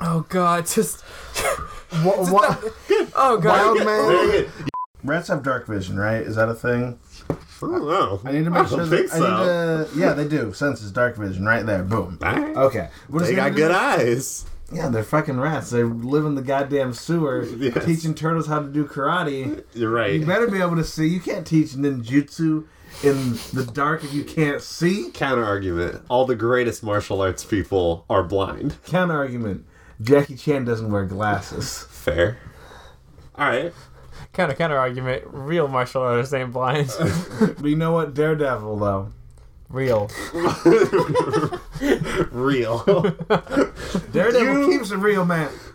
Oh, God. Just.
Wha- wha-
Oh, God.
wild man.
Very good.
Rats have dark vision, right? Is that a thing?
I don't know.
I need to make
I
sure.
don't
that,
think
I need to, yeah, they do. Senses dark vision, right there. Boom.
Alright.
Okay. What is
They
he
got
gonna
good
do?
eyes.
Yeah, they're fucking rats. They live in the goddamn sewer,
Yes.
teaching turtles how to do karate.
You're
You
right.
better be able to see. You can't teach ninjutsu in the dark if you can't see.
Counter argument. All the greatest martial arts people are blind.
Counter argument: Jackie Chan doesn't wear glasses.
Fair. Alright.
Counter, counter argument. Real martial artists ain't blind.
But you know what? Daredevil though.
Real.
Real.
Daredevil
You-
keeps it real, man.